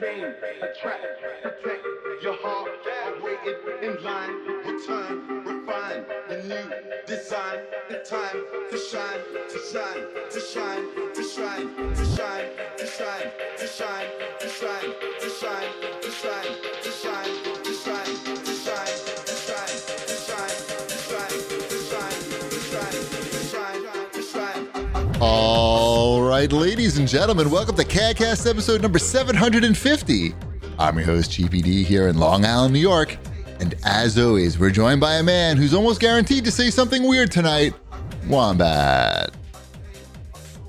fame, attract, protect your heart by waiting in line. Return, refine the new design in time to shine, to shine, to shine, to shine, to shine, to shine, to shine, to shine, to shine, to shine, to shine, to shine, to shine, to shine, to shine, to shine, to shine, to shine, to shine, to shine, to shine. All right, ladies and gentlemen, welcome to CADcast episode number 750. I'm your host, GPD, here in Long Island, New York. And as always, we're joined by a man who's almost guaranteed to say something weird tonight Wombat.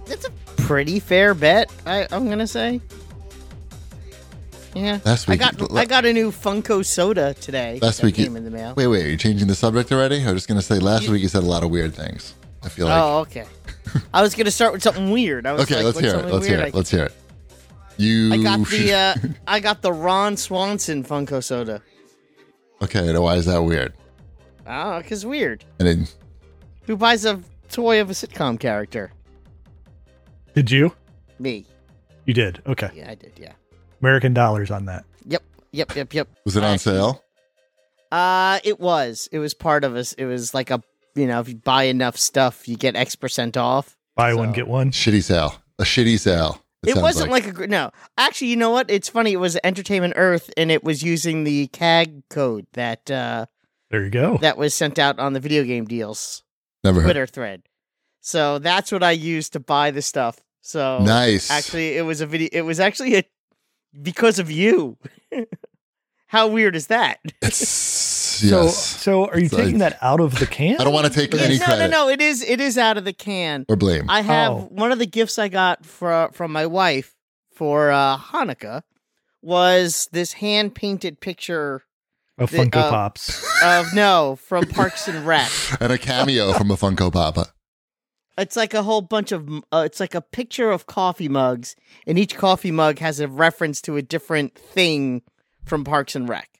That's a pretty fair bet. I, I'm gonna say. Yeah, Last week- I got I got a new Funko soda today. Last that week, you- came in the mail. Wait, wait, are you changing the subject already? I was just going to say last You- week you said a lot of weird things. I feel like. oh, okay. I was gonna start with something weird. I was okay, like, let's what's hear it. something Let's weird hear I it. Let's hear it. You. I got the uh, I got the Ron Swanson Funko Soda. uh, okay, now why is that weird? Oh, cause weird. And then Who buys a toy of a sitcom character? Did you? Me. You did. Okay. Yeah, I did. Yeah. American dollars on that. Yep. Yep. Yep. Yep. was it I on actually- sale? Uh, it was. It was part of us. It was like a you know if you buy enough stuff, you get X percent off. Buy So- one, get one. Shitty sale. A shitty sale. It, sounds wasn't like, a gr- no. Actually, you know what? It's funny. It was Entertainment Earth, and it was using the CAG code that uh, There you go. that was sent out on the video game deals Never heard. Twitter thread. So that's what I used to buy the stuff. So Nice. actually, it was a video. It was actually a because of you. How weird is that? It's- So, yes. so are you It's taking like- that out of the can? I don't want to take Yeah, any no, credit no, no. It is. It is out of the can. or blame. I have Oh. one of the gifts I got from from my wife for uh, Hanukkah was this hand painted picture of the- Funko uh, Pops. of no from Parks and Rec. and a cameo from a Funko Papa. It's like a whole bunch of uh, it's like a picture of coffee mugs, and each coffee mug has a reference to a different thing from Parks and Rec.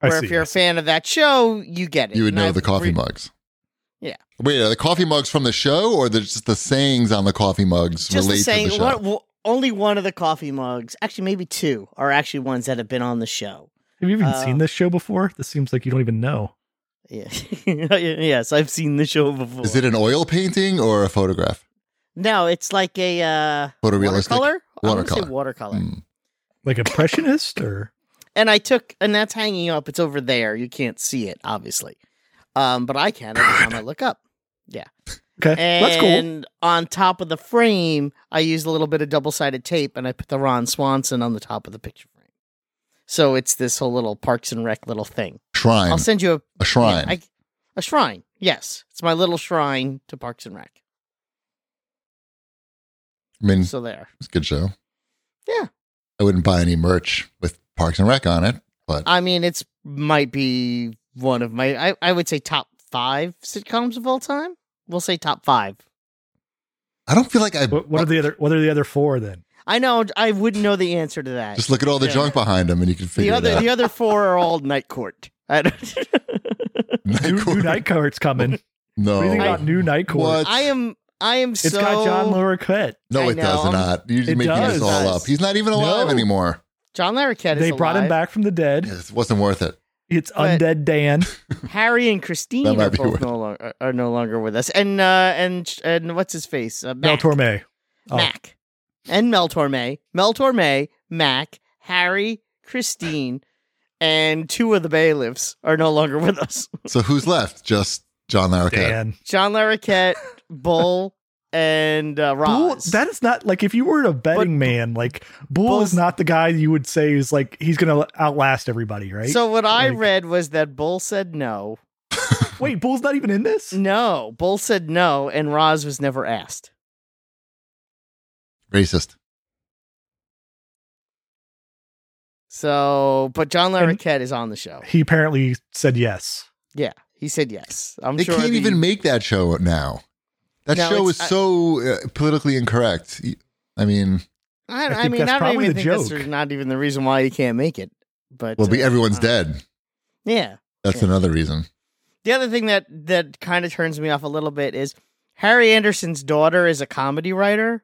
I Where see, if you're I a fan of that show, you get it. You would And know I've the coffee re- mugs. Yeah. Wait, are the coffee mugs from the show or the, just the sayings on the coffee mugs Just the relate saying, to the show? one, well, only one of the coffee mugs, actually maybe two, are actually ones that have been on the show. Have you even uh, seen this show before? This seems like you don't even know. Yeah. yes, I've seen the show before. Is it an oil painting or a photograph? No, it's like a uh, Photorealistic. watercolor. I wanna Watercolor. Say watercolor. Mm. Like impressionist or And I took, and that's hanging up. It's over there. You can't see it, obviously. Um, but I can every time I look up. okay, And that's cool. on top of the frame, I used a little bit of double sided tape, and I put the Ron Swanson on the top of the picture frame. So it's this whole little Parks and Rec little thing. Shrine. I'll send you a a shrine. Yeah, I, a shrine. Yes, it's my little shrine to Parks and Rec. I mean, So there. it's a good show. Yeah. I wouldn't buy any merch with Parks and Rec on it, but I mean, it's might be one of my I, I would say top five sitcoms of all time. We'll say top five. I don't feel like I. What, what are the other? What are the other four then? I know I wouldn't know the answer to that. Just look at all the Yeah. junk behind them and you can the figure other it the other four are all night court. I, don't, out. New, Court. new night court's coming. No. What do you think about new night court? What? I am I am It's Oh. so got John Larroquette. No, I it does know. not. You're just It making this does. all up. He's not even alive No. anymore. John Larroquette. Is They brought him alive. back from the dead. It wasn't worth it. It's But- undead Dan. Harry and That Christine might are be both worth- no longer are no longer with us. And uh and and what's his face? Uh, Mel Mac. Torme. Oh. Mac. And Mel Torme. Mel Torme, Mac, Harry, Christine, and two of the bailiffs are no longer with us. So who's left? Just John Larroquette. Dan. John Larroquette, Bull, and uh, Bull, Roz. that is not like if you were a betting man, like Bull Bull's- is not the guy you would say is like he's gonna outlast everybody, right? So what I Like- read was that Bull said no. wait, Bull's not even in this. No, Bull said no, and Roz was never asked. Racist. So, but John And- Larroquette is on the show. He apparently said yes. Yeah, he said yes. I'm they sure can't the- even make that show now. That No, show it's- is so uh, politically incorrect. I mean, I, I I think mean, that's I don't probably even the think joke. that's not even the reason why he can't make it. But well, be, uh, everyone's uh, dead. Yeah. That's Yeah. another reason. The other thing that that kind of turns me off a little bit is Harry Anderson's daughter is a comedy writer,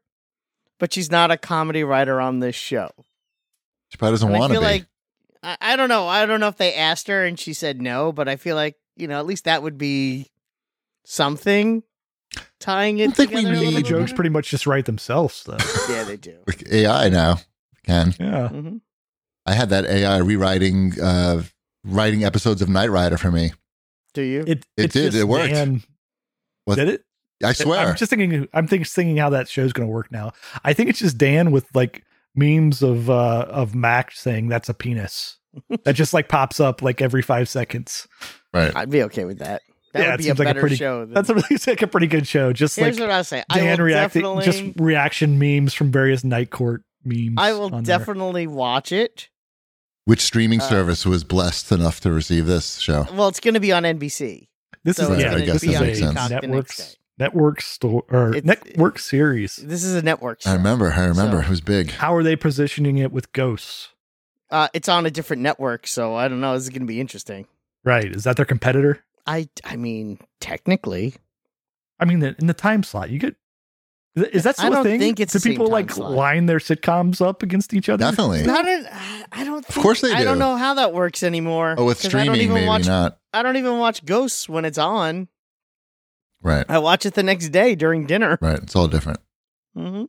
but she's not a comedy writer on this show. She probably doesn't And I want to feel be. like I, I don't know. I don't know if they asked her and she said no, but I feel like you know at least that would be something tying it. don't think we together a little need- The bit jokes better. pretty much just write themselves, though. Yeah, they do. With AI now, can Yeah. Mhm. I had that AI rewriting, uh, writing episodes of Knight Rider for me. Do you? It, It it's did, just it worked. Dan- What- Did it? I It- swear. I'm just thinking. I'm think, thinking how that show's going to work now. I think it's just Dan with like memes of uh of Mac saying that's a penis. that just like pops up like every five seconds. right. I'd be okay with that. That Yeah, would it be a seems like a better pretty- show. Than, That's a really like a pretty good show. Just here's like what I'll say. I Dan will reacting, definitely. just reaction memes from various Night Court memes. I will on there. definitely watch it. Which streaming Uh, service was blessed enough to receive this show? Well, it's going to be on NBC. This So is it's yeah, gonna I guess this be is on a Peacock the next networks day. network store or It's- network series. This is a network. Show. I remember. I remember. So- it was big. How are they positioning it with ghosts? Uh, it's on a different network, so I don't know. This is going to be interesting. Right? Is that their competitor? I, I mean, technically, I mean, in the time slot, you get. Is is that I still don't a thing? think it's do the same people time like slot. line their sitcoms up against each other? Definitely. not. A, I don't. Think, course they I don't do. know how that works anymore. Oh, with 'cause I don't streaming, even maybe watch. not. I don't even watch Ghosts when it's on. Right. I watch it the next day during dinner. Right. It's all different. hmm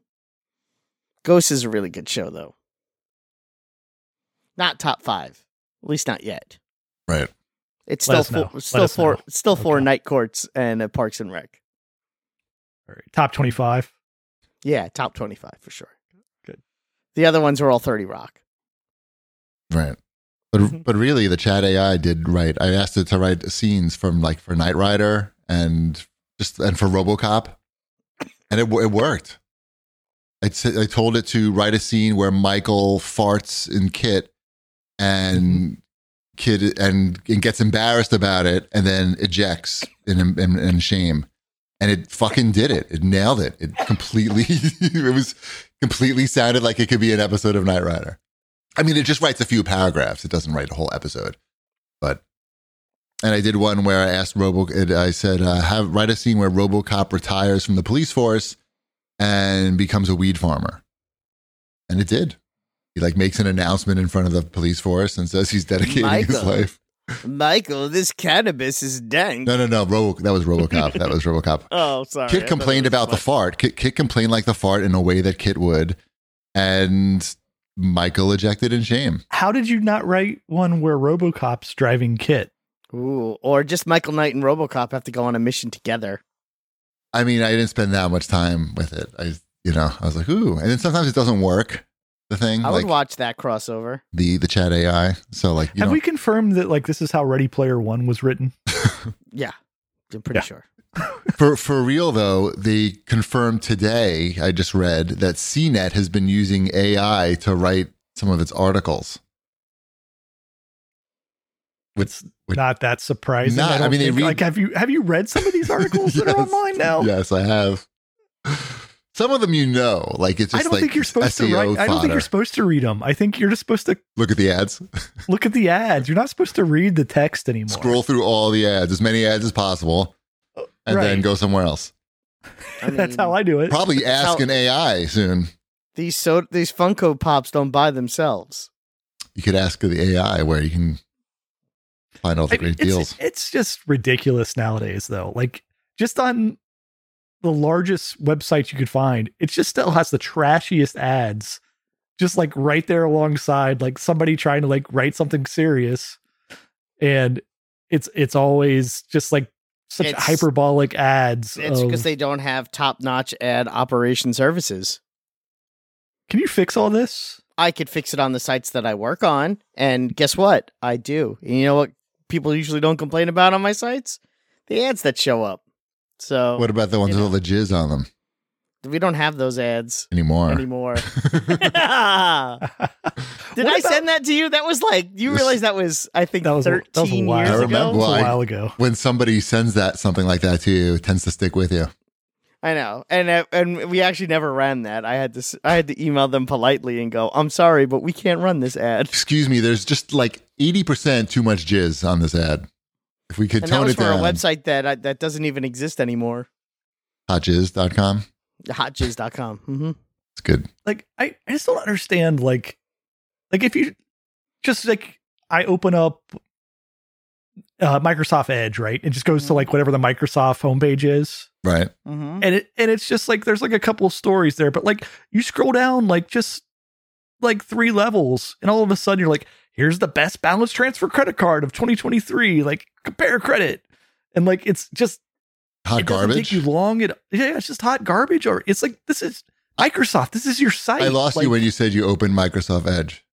Ghosts is a really good show, though. Not top five, at least not yet. Right. It's Let still us know. four, Let still us four, know. still four Okay. night courts and a Parks and Rec. All right. Top twenty-five. Yeah, top twenty-five for sure. Good. The other ones were all thirty Rock. Right. Mm-hmm. But but really, the chat AI did write. I asked it to write scenes from like for Knight Rider and just and for RoboCop, and it it worked. I said- I told it to write a scene where Michael farts in Kit, Mm-hmm. and Kid and, and gets embarrassed about it, and then ejects in in, in shame. And it fucking did it. It nailed it. It completely. it was completely sounded like it could be an episode of Knight Rider. I mean, it just writes a few paragraphs. It doesn't write a whole episode, but. And I did one where I asked Robo. it- I said, uh, "Have write a scene where RoboCop retires from the police force and becomes a weed farmer," and it did. He like makes an announcement in front of the police force and says he's dedicating his Michael. life. Michael, this cannabis is dank. No, no, no. Robo, that was RoboCop. that was RoboCop. Oh, sorry. I Kit thought complained it was about the Mike. fart. Kit, Kit complained like the fart in a way that Kit would, and Michael ejected in shame. How did you not write one where RoboCop's driving Kit? Ooh, or just Michael Knight and RoboCop have to go on a mission together. I mean, I didn't spend that much time with it. I, you know, I was like, ooh, and then sometimes it doesn't work. The thing, I would like watch that crossover. the the chat AI. So like, you Have know, we confirmed that like this is how Ready Player One was written? Yeah, I'm pretty Yeah. sure. for for real though, they confirmed today. I just read that CNET has been using AI to write some of its articles. With- it's with- not that surprising. Not- I, I mean, mean, they read- like have you have you read some of these articles that are Yes. online now? Yes, I have. Some of them you know, like it's just I don't like think you're supposed SEO to write. I don't think fodder. you're supposed to read them. I think you're just supposed to Look at the ads. look at the ads. You're not supposed to read the text anymore. Scroll through all the ads, as many ads as possible, and then Uh, Right. go somewhere else. I mean, That's how I do it. Probably That's ask how- an AI soon. these so these Funko Pops don't buy themselves. You could ask the AI where you can find all the I mean, great it's, deals. It's just ridiculous nowadays, though. Like just on the largest websites you could find, it just still has the trashiest ads, just like right there alongside, like somebody trying to like write something serious, and it's it's always just like such It's- hyperbolic ads. It's of- because they don't have top notch ad operation services. can you fix all this? I could fix it on the sites that I work on, and guess what? I do. And you know what? People usually don't complain about on my sites the ads that show up. So What about the ones you with know. all the jizz on them we don't have those ads anymore? anymore. Did What I about- send that to you? That was like you Yes. realize that was I think That was a- that 13 was a while years I remember ago. That was Why? a while ago. when somebody sends that something like that to you, it tends to stick with you. I know, and uh, and we actually never ran that. I had to s- I had to email them politely and go, "I'm sorry, but we can't run this ad." Excuse me, there's just like 80% too much jizz on this ad. If we could And that tone was it for down. a website that I, that doesn't even exist anymore. Hotjizz.com. Hotjizz.com. Mm-hmm. It's good. like I, I just don't understand like Like if you just like I open up uh, Microsoft Edge, right? It just goes to like whatever the Microsoft homepage is. Right. Mm-hmm. And it and it's just like there's like a couple of stories there, but like you scroll down like just like three levels, and all of a sudden you're like, here's the best balance transfer credit card of 2023. Like compare credit. And like it's just Hot it doesn't garbage. take you long. It yeah, it's just hot garbage. Or it's like this is Microsoft. This is your site. I lost you Like, when you said you opened Microsoft Edge.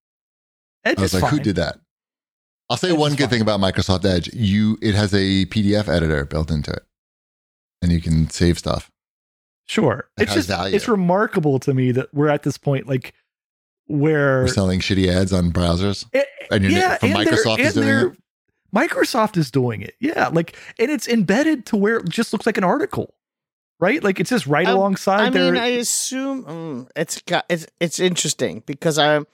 Edge I was is like, who fine. did that? I'll say Edge one is good fine. thing about Microsoft Edge. You it has a PDF editor built into it. And you can save stuff. Sure. It it's has just value. it's remarkable to me that we're at this point like where We're selling shitty ads on browsers. Er, It- and you're- yeah, from and they're- Microsoft is doing and they're- it? Microsoft is doing it. Yeah, like and it's embedded to where it just looks like an article. Right? Like it's just right I- alongside Um, I there. mean, I assume mm, it's got it's it's interesting because I'm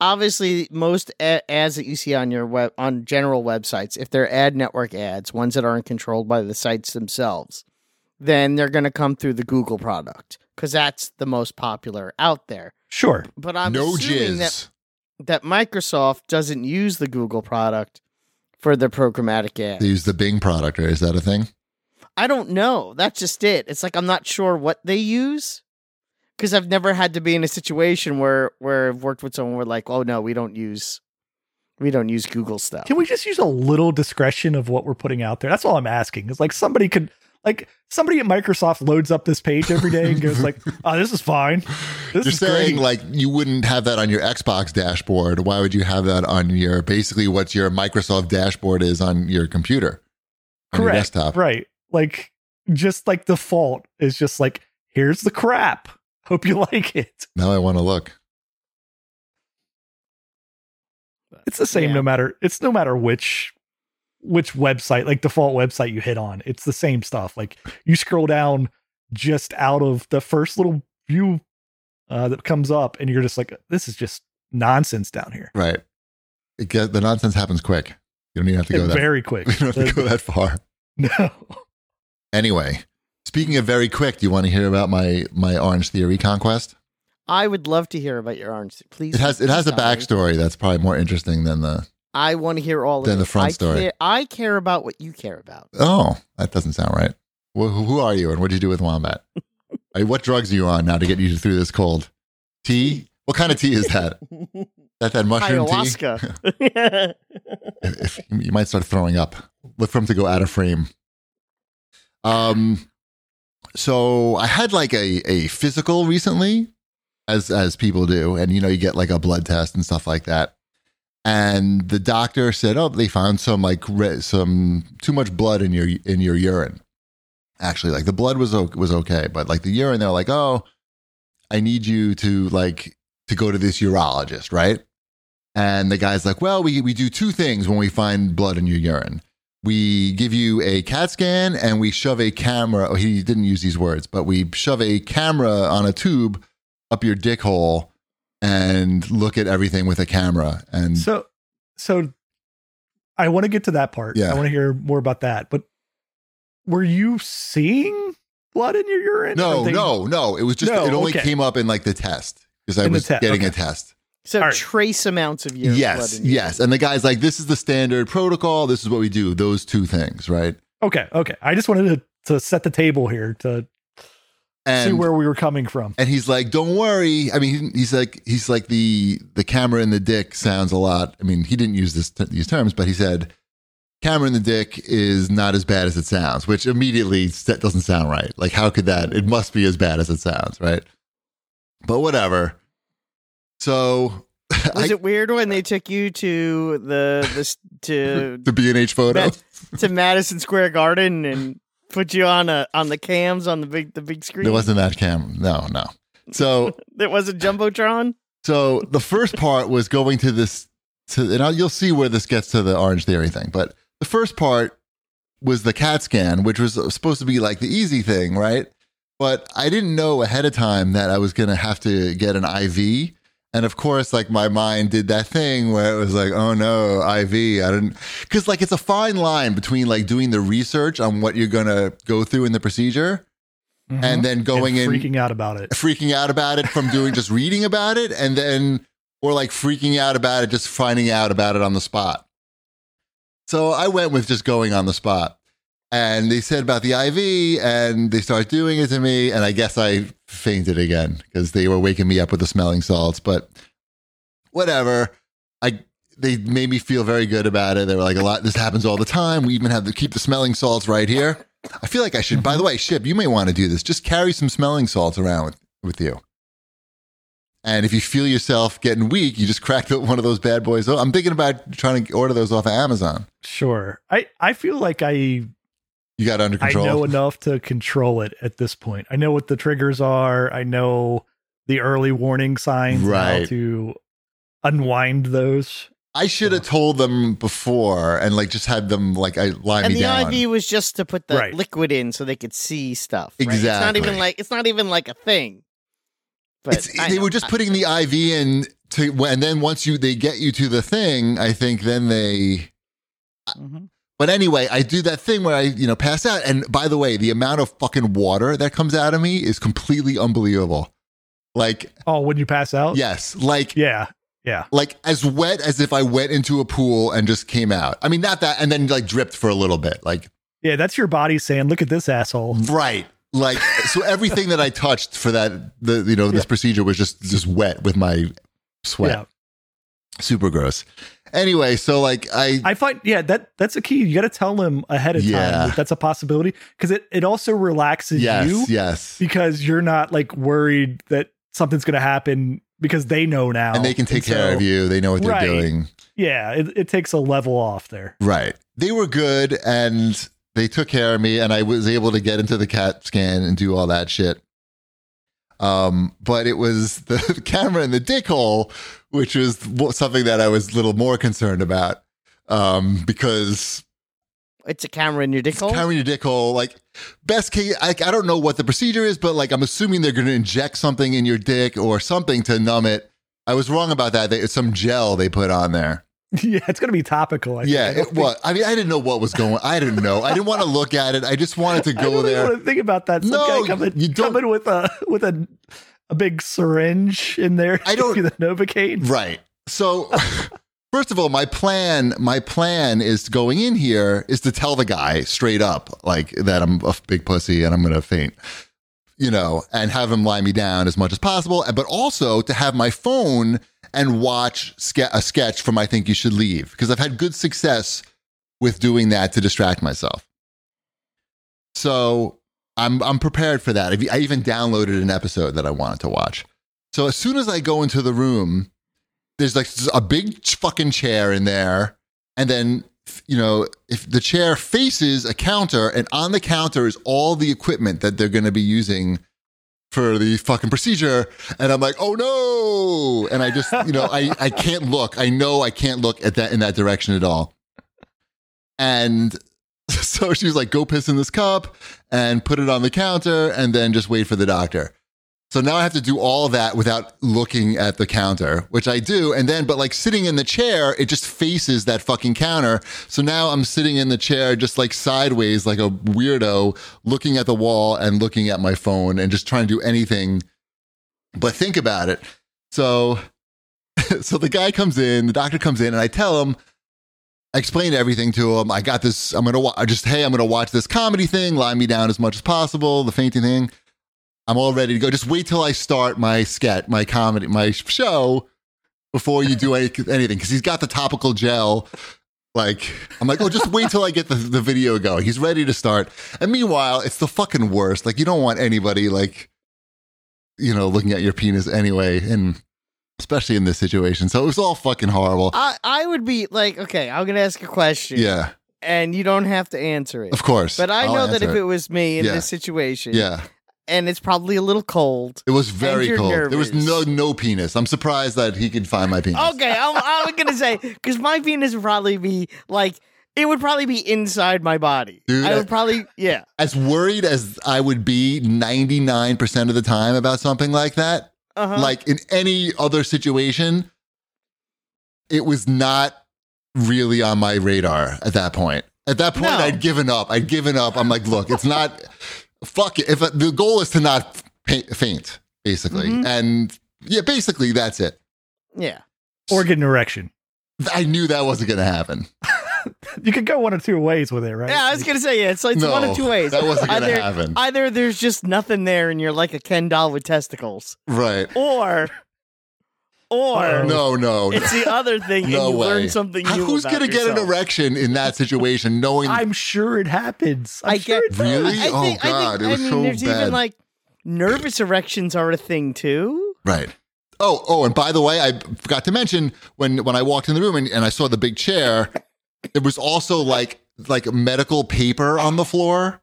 obviously most a- ads that you see on your web on general websites, if they're ad network ads, ones that aren't controlled by the sites themselves, then they're going to come through the Google product because that's the most popular out there. sure. But I'm no jizz. assuming that that Microsoft doesn't use the Google product for their programmatic They ad. use the Bing product, or is that a thing? I don't know. That's just it. It's like I'm not sure what they use because I've never had to be in a situation where where I've worked with someone where like, oh no, we don't use we don't use Google stuff. Can we just use a little discretion of what we're putting out there? That's all I'm asking. Is like somebody could like somebody at Microsoft loads up this page every day and goes like, "Oh, this is fine. This You're is saying like great." you wouldn't have that on your Xbox dashboard. Why would you have that on your basically what your Microsoft dashboard is on your computer? On your desktop. Right. Like just like the fault is just like, here's the crap. Hope you like it. Now I want to look. It's the same Yeah. no matter it's no matter which which website, like default website you hit on. It's the same stuff. Like you scroll down just out of the first little view uh, that comes up and you're just like, this is just nonsense down here. Right. It get, the nonsense happens quick. You don't even have to go that. Very quick. you don't have to go that far. no. Anyway, speaking of very quick, do you want to hear about my my Orange Theory conquest? I would love to hear about your orange. Please, It has it has a please tell me. backstory that's probably more interesting than the. I want to hear all of Then it. the front I story. Care, I care about what you care about. Oh, that doesn't sound right. Well, who who are you, and what did you do with Wombat? Hey, what drugs are you on now to get you through this cold? Tea? What kind of tea is that? That that mushroom tea? Ayahuasca. If, if- you might start throwing up. Look for him to go out of frame. Um, so I had like a a physical recently, as as people do, and you know you get like a blood test and stuff like that. And the doctor said, "Oh, they found some like re- some too much blood in your in your urine." Actually, like the blood was o- was okay, but like the urine, they're like, "Oh, I need you to like to go to this urologist, right?" And the guy's like, "Well, we we do two things when we find blood in your urine." we give you a CAT scan and we shove a camera. Oh, he didn't use these words, but we shove a camera on a tube up your dick hole and look at everything with a camera. And So so I want to get to that part. Yeah. I want to hear more about that. But were you seeing blood in your urine? no, Or they- no, no. It was just No, it only okay. came up in like the test because I In the was te- getting a okay. test. so All right. trace amounts of your yes, blood in your yes. And the guy's like, "This is the standard protocol. This is what we do. Those two things, right?" Okay, okay. I just wanted to, to set the table here to And see where we were coming from. and he's like, "Don't worry." I mean, he- he's like, he's like the the camera in the dick sounds a lot. I mean, he didn't use this these terms, but he said, "Camera in the dick is not as bad as it sounds," which immediately that doesn't sound right. Like, how could that? It must be as bad as it sounds, right? But whatever. So, Was I, it weird when they took you to the this to the B and H photo. Matt- to Madison Square Garden and put you on a on the cams on the big the big screen? There wasn't that camera. No, no. So There wasn't jumbotron. So the first part was going to this, to, and I'll, you'll see where this gets to the Orange Theory thing. But the first part was the CAT scan, which was supposed to be like the easy thing, right? But I didn't know ahead of time that I was going to have to get an IV. And of course, like my mind did that thing where it was like, oh no, IV. I didn't, because like it's a fine line between like doing the research on what you're going to go through in the procedure and then going in Mm-hmm. freaking out about it. freaking out about it from doing just reading about it and then or like freaking out about it, just finding out about it on the spot. So I went with just going on the spot. And they said about the IV, and they started doing it to me. And I guess I fainted again because they were waking me up with the smelling salts. But whatever. I they made me feel very good about it. They were like, a lot. This happens all the time. We even have to keep the smelling salts right here. I feel like I should. By the way, Ship, you may want to do this. Just carry some smelling salts around with, with you. And if you feel yourself getting weak, you just crack the- one of those bad boys. Oh, I'm thinking about trying to order those off of Amazon. Sure. I I feel like I You got under I control. know enough to control it at this point. I know what the triggers are. I know the early warning signs. and How Right. to unwind those. I should have told them before and like just had them like I lie and me the down. IV was just to put the Right. liquid in so they could see stuff. right? It's not Exactly. even like it's not even like a thing. But It's- I they know, were just I- putting the IV in to, and then once you they get you to the thing, I think then they. Mhm. But anyway, I do that thing where I you know pass out, and by the way, the amount of fucking water that comes out of me is completely unbelievable. Like Oh, when you pass out. yes, like Yeah. Yeah. like as wet as if I went into a pool and just came out. I mean, not that, and then like dripped for a little bit, like Yeah. That's your body saying, "Look at this asshole." Right. Like so everything that I touched for that the you know this procedure was just just wet with my sweat. Yeah. Super gross. Anyway, so like I, I find yeah that that's a key. You got to tell them ahead of Yeah. time that that's a possibility because it it also relaxes yes, you yes. because you're not like worried that something's going to happen because they know now and they can take care so- of you. They know what they're Right. doing. Yeah, it, it takes a level off there. Right. They were good and they took care of me and I was able to get into the CAT scan and do all that shit. Um, but it was the camera in the dick hole, which was something that I was a little more concerned about. Um, because It's a camera in your dick hole. Carrying your dick hole, like best case, I, I don't know what the procedure is, but like I'm assuming they're going to inject something in your dick or something to numb it. I was wrong about that. They, it's some gel they put on there. yeah, it's going to be topical. I yeah, think. I don't it was. I mean, I didn't know what was going. I didn't know. I didn't want to look at it. I just wanted to I don't go even there. want to think about that. Some No, guy coming, you don't- coming with a with a a big syringe in there. I don't- the Novocaine. Right. So, first of all, my plan, my plan is going in here is to tell the guy straight up like that I'm a big pussy and I'm going to faint. You know, and have him lie me down as much as possible, and- but also to have my phone and watch ske- a sketch from I Think You Should Leave because I've had good success with doing that to distract myself. So I'm I'm prepared for that. I've- I even downloaded an episode that I wanted to watch. So as soon as I go into the room, there's like a big ch- fucking chair in there, and then f- you know if the chair faces a counter, and on the counter is all the equipment that they're going to be using for the fucking procedure, and I'm like, oh no, and I just you know I I can't look. I know I can't look at that in that direction at all, and. So she was like, go piss in this cup and put it on the counter and then just wait for the doctor. So now I have to do all that without looking at the counter, which I do. And then, but like sitting in the chair, it just faces that fucking counter. So now I'm sitting in the chair just like sideways, like a weirdo, looking at the wall and looking at my phone and just trying to do anything but think about it. So, so the guy comes in, the doctor comes in, and I tell him, I explain everything to him. I got this. I'm gonna wa- I just hey, I'm gonna watch this comedy thing. Lie me down as much as possible. The fainting thing. I'm all ready to go. Just wait till I start my sketch, my comedy, my sh- show before you do any, anything. Because he's got the topical gel. Like I'm like, oh, just wait till I get the, the video going. He's ready to start. And meanwhile, it's the fucking worst. Like you don't want anybody like, you know, looking at your penis anyway, and especially in this situation. So it was all fucking horrible. I I would be like, okay, I'm gonna ask a question, Yeah, and you don't have to answer it. of course. But I I'll know that answer if it was me in Yeah. this situation, yeah. and it's probably a little cold. It was very you're cold. There was no nervous. Oh, no penis. I'm surprised that he could find my penis. Okay, I'm, I'm gonna say because my penis would probably be like it would probably be inside my body. Dude, I I- would probably yeah. As worried as I would be 99% of the time about something like that, Uh-huh. like in any other situation, it was not really on my radar at that point. At that point, No. I'd given up. I'd given up. I'm like, look, it's not, fuck it. If the goal is to not fa- faint, basically. Mhm. And yeah, basically, that's it. yeah. or get an erection. I knew that wasn't going to happen. You could go one of two ways with it, right? Yeah, I was gonna say yeah. It's like it's no, one of two ways. That wasn't going Either- to happen. Either there's just nothing there, and you're like a Ken doll with testicles, right. or, or Uh-oh. No, no. no. it's the other thing, No and you way. learn something new. Who's about going to get an yourself. erection in that situation knowing I'm sure it happens. I'm I sure get it Really? I Oh, think, I God, think, it was I mean, so there's bad. even like nervous erections are a thing too. Right. Oh, oh, and by the way, I forgot to mention when when I walked in the room and, and I saw the big chair, it was also like like medical paper on the floor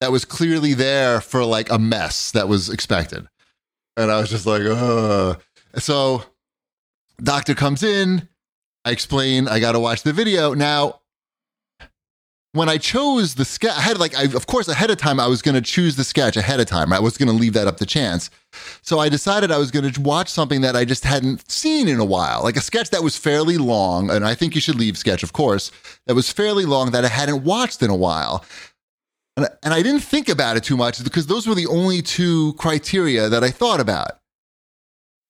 that was clearly there for like a mess that was expected. And I was just like, ugh. So doctor comes in, I explain I gotta watch the video. Now when I chose the sketch, I had like, I, of course, ahead of time, I was going to choose the sketch ahead of time. I was going to leave that up to chance. So I decided I was going to watch something that I just hadn't seen in a while, like a sketch that was fairly long. And I think you should leave sketch, of course, that was fairly long that I hadn't watched in a while. And, and I didn't think about it too much because those were the only two criteria that I thought about.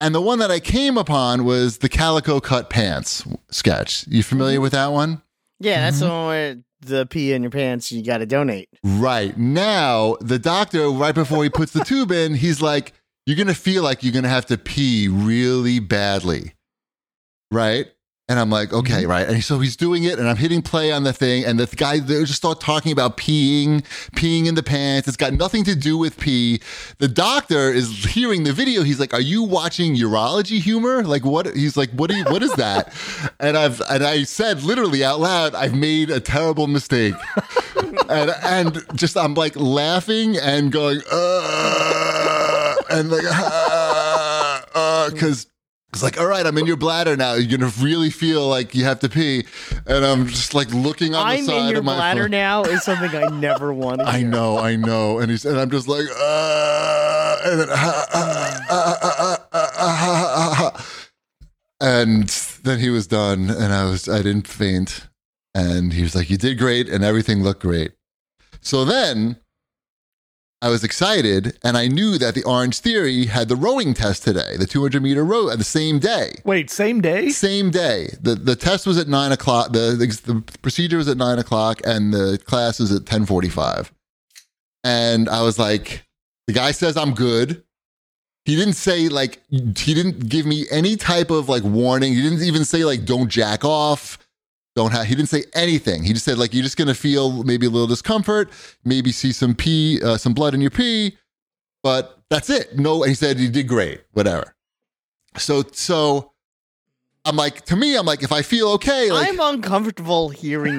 And the one that I came upon was the Calico Cut Pants sketch. You familiar with that one? Yeah, that's the one where the pee in your pants. You got to donate. Right. Now, the doctor, right before he puts the tube in, he's like, You're going to feel like you're going to have to pee really badly. Right. And I'm like, Okay, right. And so he's doing it, and I'm hitting play on the thing. And the th- guy, they just start talking about peeing, peeing in the pants. It's got nothing to do with pee. The doctor is hearing the video. He's like, Are you watching urology humor? Like, what? He's like, What, do you, what is that? and, I've, and I said literally out loud, I've made a terrible mistake and and just I'm like laughing and going uh, and like uh, because. it's like, all right, I'm in your bladder now. You're gonna really feel like you have to pee, and I'm just like looking on the I'm side in your of my bladder phone. now is something I never wanted. I know, I know, and he's and I'm just like, uh, and then, uh, uh, uh, uh, uh, uh, uh, uh, uh. and then he was done, and I was I didn't faint, and he was like, you did great, and everything looked great. So then. I was excited, and I knew that the Orange Theory had the rowing test today, the 200 meter row, uh, the same day. Wait, same day? Same day. The the test was at nine o'clock. The, the the procedure was at nine o'clock, and the class was at ten forty five. And I was like, the guy says I'm good. He didn't say like he didn't give me any type of like warning. He didn't even say like don't jack off. Don't have. He didn't say anything. He just said like you're just gonna feel maybe a little discomfort, maybe see some pee, uh, some blood in your pee, but that's it. No, and he said you did great. Whatever. So so, I'm like to me, I'm like if I feel okay, like I'm uncomfortable hearing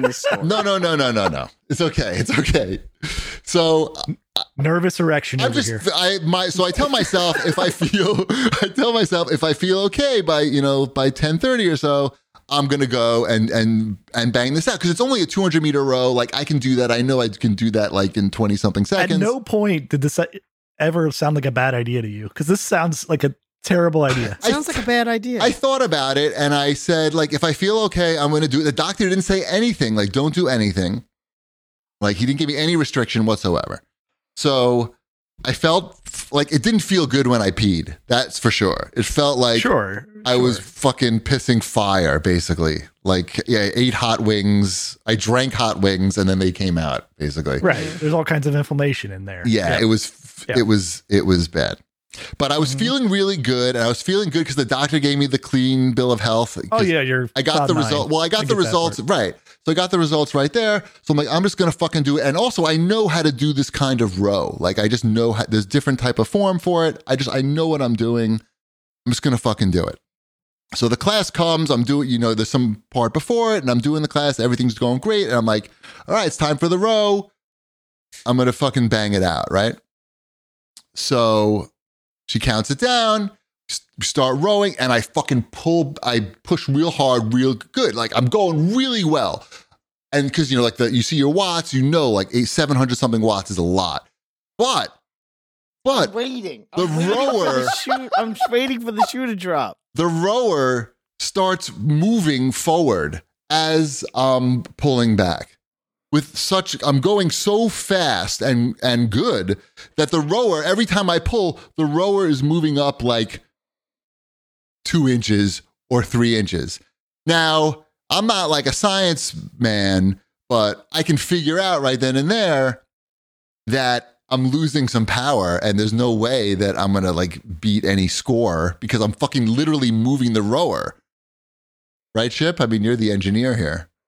this story. no no no no no no, it's okay, it's okay. So Nervous erection I'm over just here. I my so I tell myself if I feel I tell myself if I feel okay by you know by 10:30 or so I'm gonna go and and and bang this out because it's only a 200 meter row like I can do that I know I can do that like in 20 something At seconds no point did this uh, ever sound like a bad idea to you, because this sounds like a terrible idea. I- Sounds like a bad idea. I thought about it and I said, like, if I feel okay, I'm going to do it. The doctor didn't say anything, like, don't do anything. Like, he didn't give me any restriction whatsoever. So I felt f- like it didn't feel good when I peed. That's for sure. It felt like sure. I was sure. fucking pissing fire, basically. Like, yeah, I ate hot wings. I drank hot wings and then they came out, basically. right. There's all kinds of inflammation in there. Yeah, it was f Yeah. it was it was bad. But I was Mhm. feeling really good, and I was feeling good because the doctor gave me the clean bill of health. Oh 'cause yeah, you're. I got cloud the nine. result. Well, I got I the get that results right. So I got the results right there. So I'm like, I'm just gonna fucking do it. And also, I know how to do this kind of row. Like, I just know how, there's different type of form for it. I just I know what I'm doing. I'm just gonna fucking do it. So the class comes. I'm doing, you know, there's some part before it, and I'm doing the class. Everything's going great, and I'm like, all right, it's time for the row. I'm gonna fucking bang it out, right? So she counts it down start rowing and I fucking pull, I push real hard, real good. Like I'm going really well. And because, you know, like the, you see your watts, you know, like eight, 700 something watts is a lot. But, I'm but waiting. The I'm waiting for rower- the shoe- I'm waiting for the shoe to drop. the rower starts moving forward as I'm pulling back. With such, I'm going so fast and and good that the rower, every time I pull, the rower is moving up like two inches or three inches. Now, I'm not like a science man, but I can figure out right then and there that I'm losing some power and there's no way that I'm going to like beat any score because I'm fucking literally moving the rower. Right, Chip? I mean, you're the engineer here.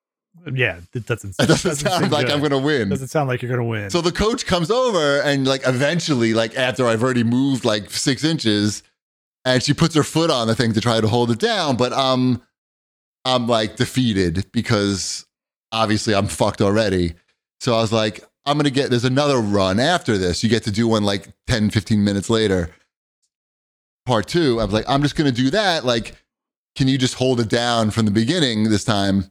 Yeah, it doesn't. It doesn't, sound seem like good. I'm going to win. Doesn't sound like you're gonna win. So the coach comes over and like eventually, like after I've already moved like six inches, and she puts her foot on the thing to try to hold it down, but um I'm like defeated because obviously I'm fucked already. So I was like, I'm gonna get there's another run after this. You get to do one like 10, 15 minutes later. Part two, I was like, I'm just gonna do that. Like, can you just hold it down from the beginning this time?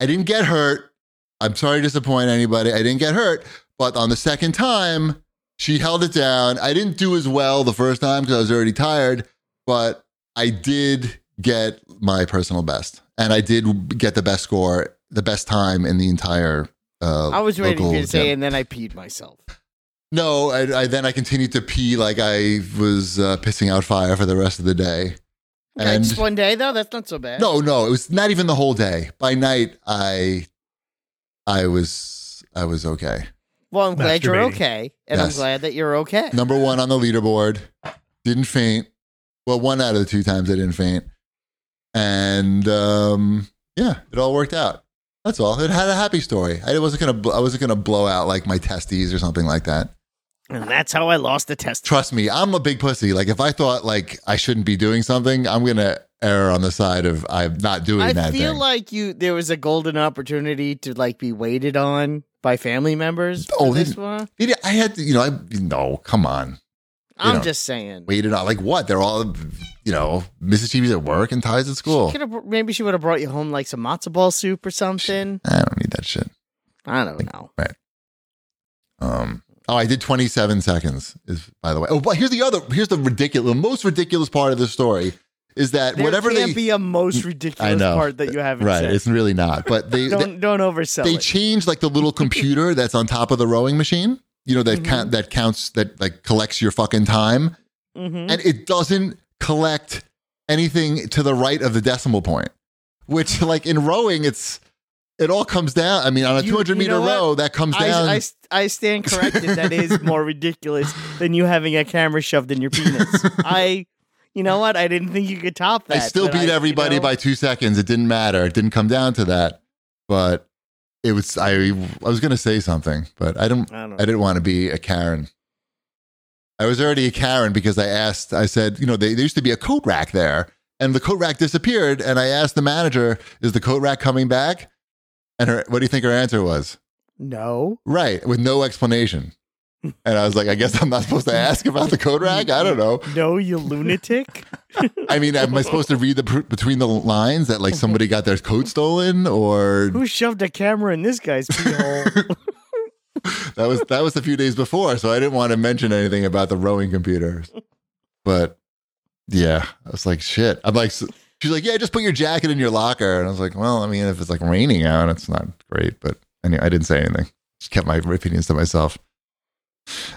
I didn't get hurt. I'm sorry to disappoint anybody. I didn't get hurt. But on the second time, she held it down. I didn't do as well the first time because I was already tired, but I did get my personal best. And I did get the best score, the best time in the entire. Uh, I was ready local for you to say, gym. and then I peed myself. No, I, I then I continued to pee like I was uh, pissing out fire for the rest of the day. Okay, just one day though, that's not so bad. No, no, it was not even the whole day. By night, I, I was, I was okay. Well, I'm glad you're Masturbating. okay, and I'm Yes. glad that you're okay. Number one on the leaderboard. Didn't faint. Well, one out of the two times I didn't faint, and um, yeah, it all worked out. That's all. It had a happy story. I wasn't gonna, bl- I wasn't gonna blow out like my testes or something like that. And that's how I lost the test. trust me, I'm a big pussy. Like if I thought like I shouldn't be doing something, I'm gonna err on the side of I'm not doing I that feel thing. like you there was a golden opportunity to like be waited on by family members. Oh, Oh, they- this one. Idiot, I had to, you know, I no, come on, I'm know, just saying. waited on like what? They're all, you know, Mrs. TV's at work and ties at school. Could have maybe she would have brought you home like some matzo ball soup or something. I don't need that shit. I don't know. Um, oh, I did 27 seconds. Is by the way. Oh, but here's the other. Here's the ridiculous, the most ridiculous part of the story is that There whatever can't they. be a most I ridiculous know. part that you haven't Right, said. it's really not. But they, they- don't don't oversell they it. changed like the little computer that's on top of the rowing machine. You know that Mhm. count that counts that like collects your fucking time, Mhm. and it doesn't collect anything to the right of the decimal point. Which like in rowing, it's it all comes down. I mean, on a You- two hundred you meter know what? row, that comes down. I, I, I stand corrected. That is more ridiculous than you having a camera shoved in your penis. I, you know what? I didn't think you could top I that. still but beat you everybody know, by two seconds. It didn't matter. It didn't come down to that. But it was I. I was gonna say something, but I don't. I don't know. I didn't want to be a Karen. I was already a Karen because I asked, I said, you know, they, there used to be a coat rack there and the coat rack disappeared. And I asked the manager, is the coat rack coming back? And her, what do you think her answer was? no. Right, with no explanation. And I was like, I guess I'm not supposed to ask about the coat rack. I don't know. No, you lunatic. I mean, am I supposed to read the pr- between the lines that like somebody got their coat stolen or Who shoved a camera in this guy's pee hole? that was that was a few days before, so I didn't want to mention anything about the rowing computers. But yeah, I was like, shit. I'm like, s- she's like, yeah, just put your jacket in your locker, and I was like, well, I mean, if it's like raining out, it's not great. But anyway, I didn't say anything. Just kept my opinions to myself.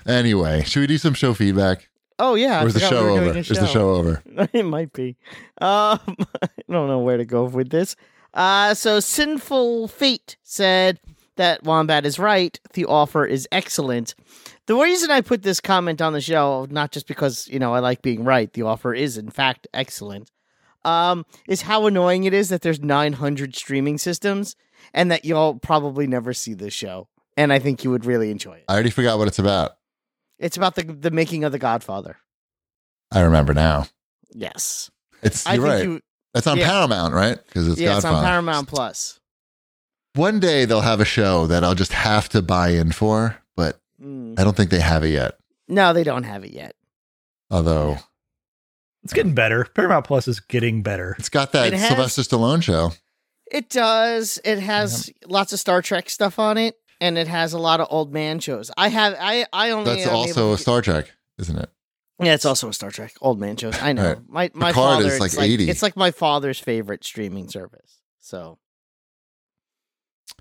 Anyway, should we do some show feedback? Oh yeah, I Where's the forgot we show were doing over? a Is the show over? it might be. Um, I don't know where to go with this. Uh, so Sinful Fate said that Wombat is right. The offer is excellent. The reason I put this comment on the show, not just because, you know, I like being right, the offer is in fact excellent, um, is how annoying it is that there's 900 streaming systems and that y'all probably never see this show. And I think you would really enjoy it. I already forgot what it's about. It's about the, the making of The Godfather. I remember now. Yes. It's I you're think right. you, That's on yeah. Paramount, right? Because it's yeah, it's on Godfather. Paramount Plus. One day they'll have a show that I'll just have to buy in for, but Mm. I don't think they have it yet. No, they don't have it yet. Although it's getting better. Paramount Plus is getting better. it's got that It has- Sylvester Stallone show. It does. It has lots of Star Trek stuff on it, and it has a lot of old man shows. I have. I. I only. That's am able also a to- Star Trek, isn't it? yeah, it's also a Star Trek old man shows. I know. Right. My my Picard father is it's like 80. It's like my father's favorite streaming service. So,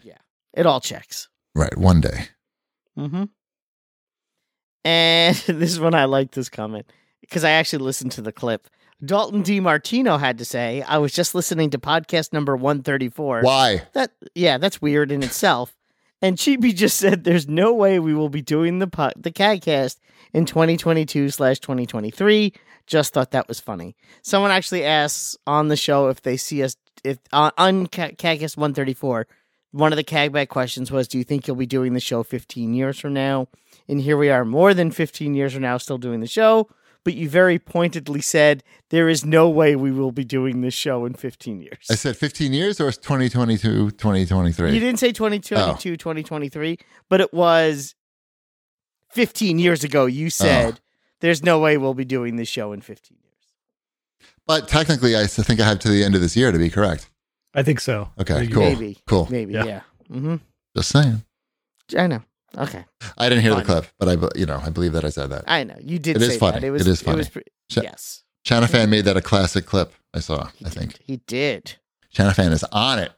yeah, it all checks. Right. One day. Mm-hmm. And this is when I like this comment because I actually listened to the clip. Dalton DiMartino had to say, I was just listening to podcast number 134. Why? That yeah, that's weird in itself. And Chibi just said there's no way we will be doing the po- the CADcast in 2022 slash 2023. Just thought that was funny. Someone actually asks on the show if they see us if on, on Ca- CADcast 134. One of the CAGback questions was, "Do you think you'll be doing the show 15 years from now?" And here we are, more than 15 years from now, still doing the show. But you very pointedly said there is no way we will be doing this show in 15 years. I said 15 years or it's 2022, 2023. You didn't say Oh. 2022, 2023, but it was 15 years ago. Oh. You said there's no way we'll be doing this show in 15 years. But technically, I s- think I have to the end of this year to be correct. I think so. Okay, I think Cool. Maybe. Cool. Maybe. Yeah. Yeah. Mm-hmm. Just saying. I know. Okay. I didn't hear the Fine. clip, but I, be- you know, I believe that I said that. I know. You did It is say that. funny. It was It is funny. was pre- Sh- yes. Chanafan made that a classic clip. I saw. He I did. think He did. Chanafan is on it.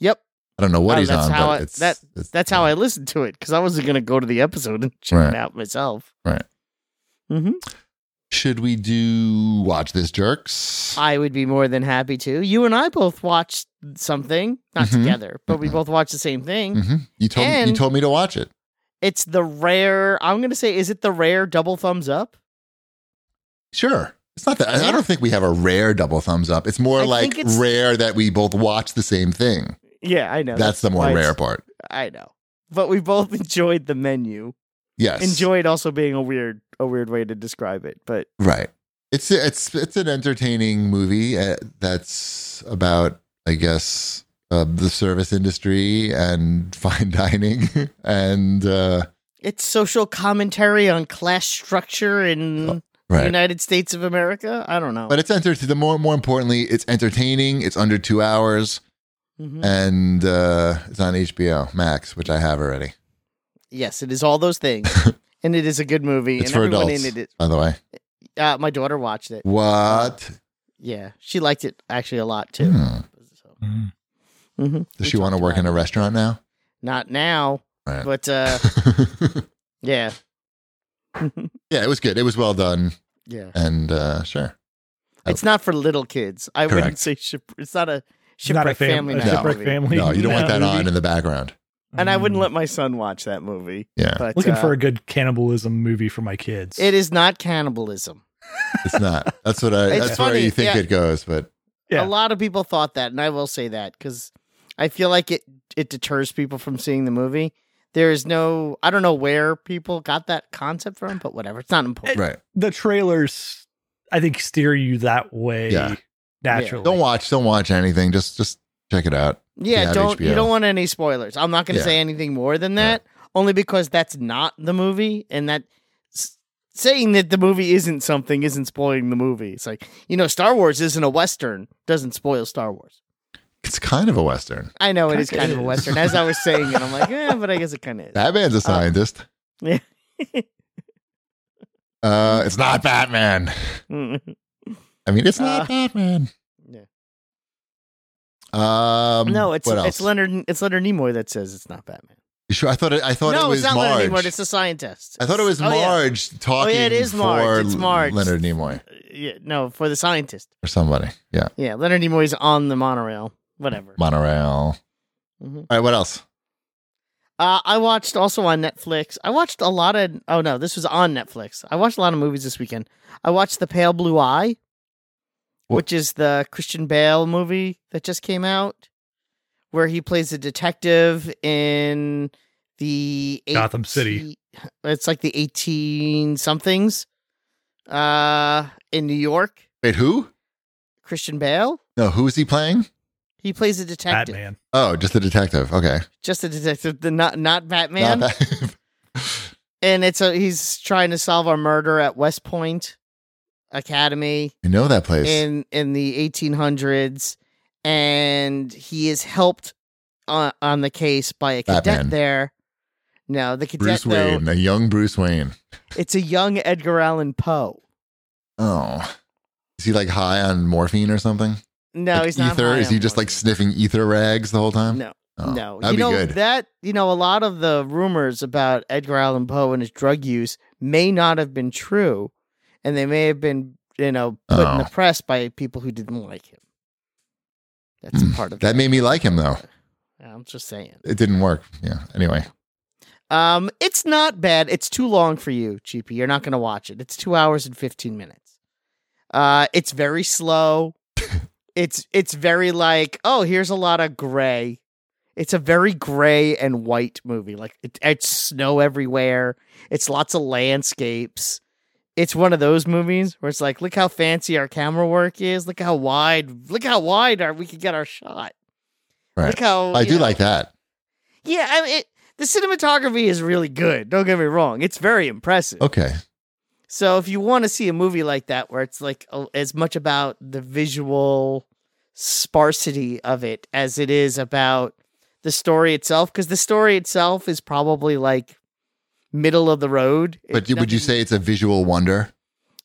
Yep. I don't know what Oh, he's that's on, how but I- it's, that- it's- That's how I listened to it because I wasn't going to go to the episode and check Right. it out myself. Right. Mm-hmm. Should we do watch this jerks? I would be more than happy to. You and I both watched something, not Mhm. together, but we Mhm. both watched the same thing. hmm You told me, you And- told me to watch it. It's the rare. I'm gonna say, is it the rare double thumbs up? Sure. It's not that I- I Yeah. don't think we have a rare double thumbs up. It's more I like think it's- rare that we both watch the same thing. Yeah, I know. that's the more why rare it's- part. I know, but we both enjoyed the menu. Yes. Enjoyed also being a weird, a weird way to describe it. But Right. It's it's it's an entertaining movie uh, that's about I guess uh, the service industry and fine dining and uh, it's social commentary on class structure in the Oh, right. United States of America. I don't know. But it's enter the more more importantly, it's entertaining. It's under two hours Mhm. and uh, it's on HBO Max, which I have already. yes, it is all those things, and it is a good movie. It's and for everyone adults, in it. by the way. Is, uh, my daughter watched it. What Yeah, she liked it actually a lot too. Hmm. So, Mhm. mhm. does We she want to talked work about in a it. restaurant now? Not now, Right. but uh, yeah, yeah, it was good. It was well done, yeah. and uh, sure, It's not for little kids. I wouldn't Oh. Correct. say ship. It's not a It's Not a shipwreck family. family. night No. shipwreck movie. family. no, you don't want that movie. on in the background. And I wouldn't Um, let my son watch that movie. Yeah. but, Looking uh, for a good cannibalism movie for my kids. It is not cannibalism. It's not. That's what I. It's that's where funny, you think yeah. it goes, but Yeah. A lot of people thought that, and I will say that because I feel like it it deters people from seeing the movie. There is no, I don't know where people got that concept from, but whatever. It's not important. right. the trailers, I think, steer you that way Yeah. naturally. Don't watch. Don't watch anything. Just just check it out. Yeah, Yeah, don't HBO. you don't want any spoilers. I'm not going to Yeah. say anything more than that, only because that's not the movie, and that s- saying that the movie isn't something isn't spoiling the movie. It's like you know, Star Wars isn't a western, doesn't spoil Star Wars. It's kind of a western. I know it is Kinda kind of a is. western, as I was saying, and I'm like, eh, but I guess it kind of is. Batman's a scientist. Uh, yeah. uh, it's not Batman. Mm. I mean, it's not Uh, Batman. yeah. Um. no, it's what it's else? Leonard it's Leonard Nimoy that says it's not Batman. You sure? I thought. It, I thought no, it was it's not Marge. Leonard Nimoy. It's a scientist. I thought it was Oh, yeah. Marge talking. it is for Marge. It's Marge. Leonard Nimoy Uh, Yeah, no, for the scientist. or somebody. Yeah. Yeah, Leonard Nimoy's on the monorail. Whatever. Monorail. Mhm. All right. What else? Uh, I watched also on Netflix. I watched a lot of. Oh no, this was on Netflix. I watched a lot of movies this weekend. I watched The Pale Blue Eye, Wha- which is the Christian Bale movie that just came out, where he plays a detective in the Gotham City. It's like the eighteen somethings, uh, in New York. Wait, who? Christian Bale. No, who is he playing? He plays a detective, Batman. Oh, just the detective. Okay. just a detective, the not not Batman. Not that- and it's a he's trying to solve a murder at West Point Academy I know that place. in in the 1800s, and he is helped on, on the case by a cadet Batman. there. No, the cadet Bruce though, Wayne, a young Bruce Wayne. it's a young Edgar Allan Poe. Oh. Is he like high on morphine or something? No, Like he's not. ether. high Is he on just like morphine. sniffing ether rags the whole time? No, Oh, no. That'd you know be good. that you know a lot of the rumors about Edgar Allan Poe and his drug use may not have been true, and they may have been you know, put in Oh. the press by people who didn't like him. That's Hmm. part of That made me like him, though. I'm just saying. It didn't work. Yeah. Anyway, Um, it's not bad. It's too long for you, Cheapy. You're not going to watch it. It's two hours and fifteen minutes. Uh, it's very slow. it's it's very like oh, here's a lot of gray. It's a very gray and white movie. Like it, it's snow everywhere. It's lots of landscapes. It's one of those movies where it's like, look how fancy our camera work is. Look how wide. Look how wide our we could get our shot. Right. Look how I you do know, like that. yeah, I mean, it, the cinematography is really good. Don't get me wrong; it's very impressive. Okay. So, if you want to see a movie like that, where it's like a, as much about the visual sparsity of it as it is about the story itself, because the story itself is probably like middle of the road. But It's you- would you nothing- say it's a visual wonder?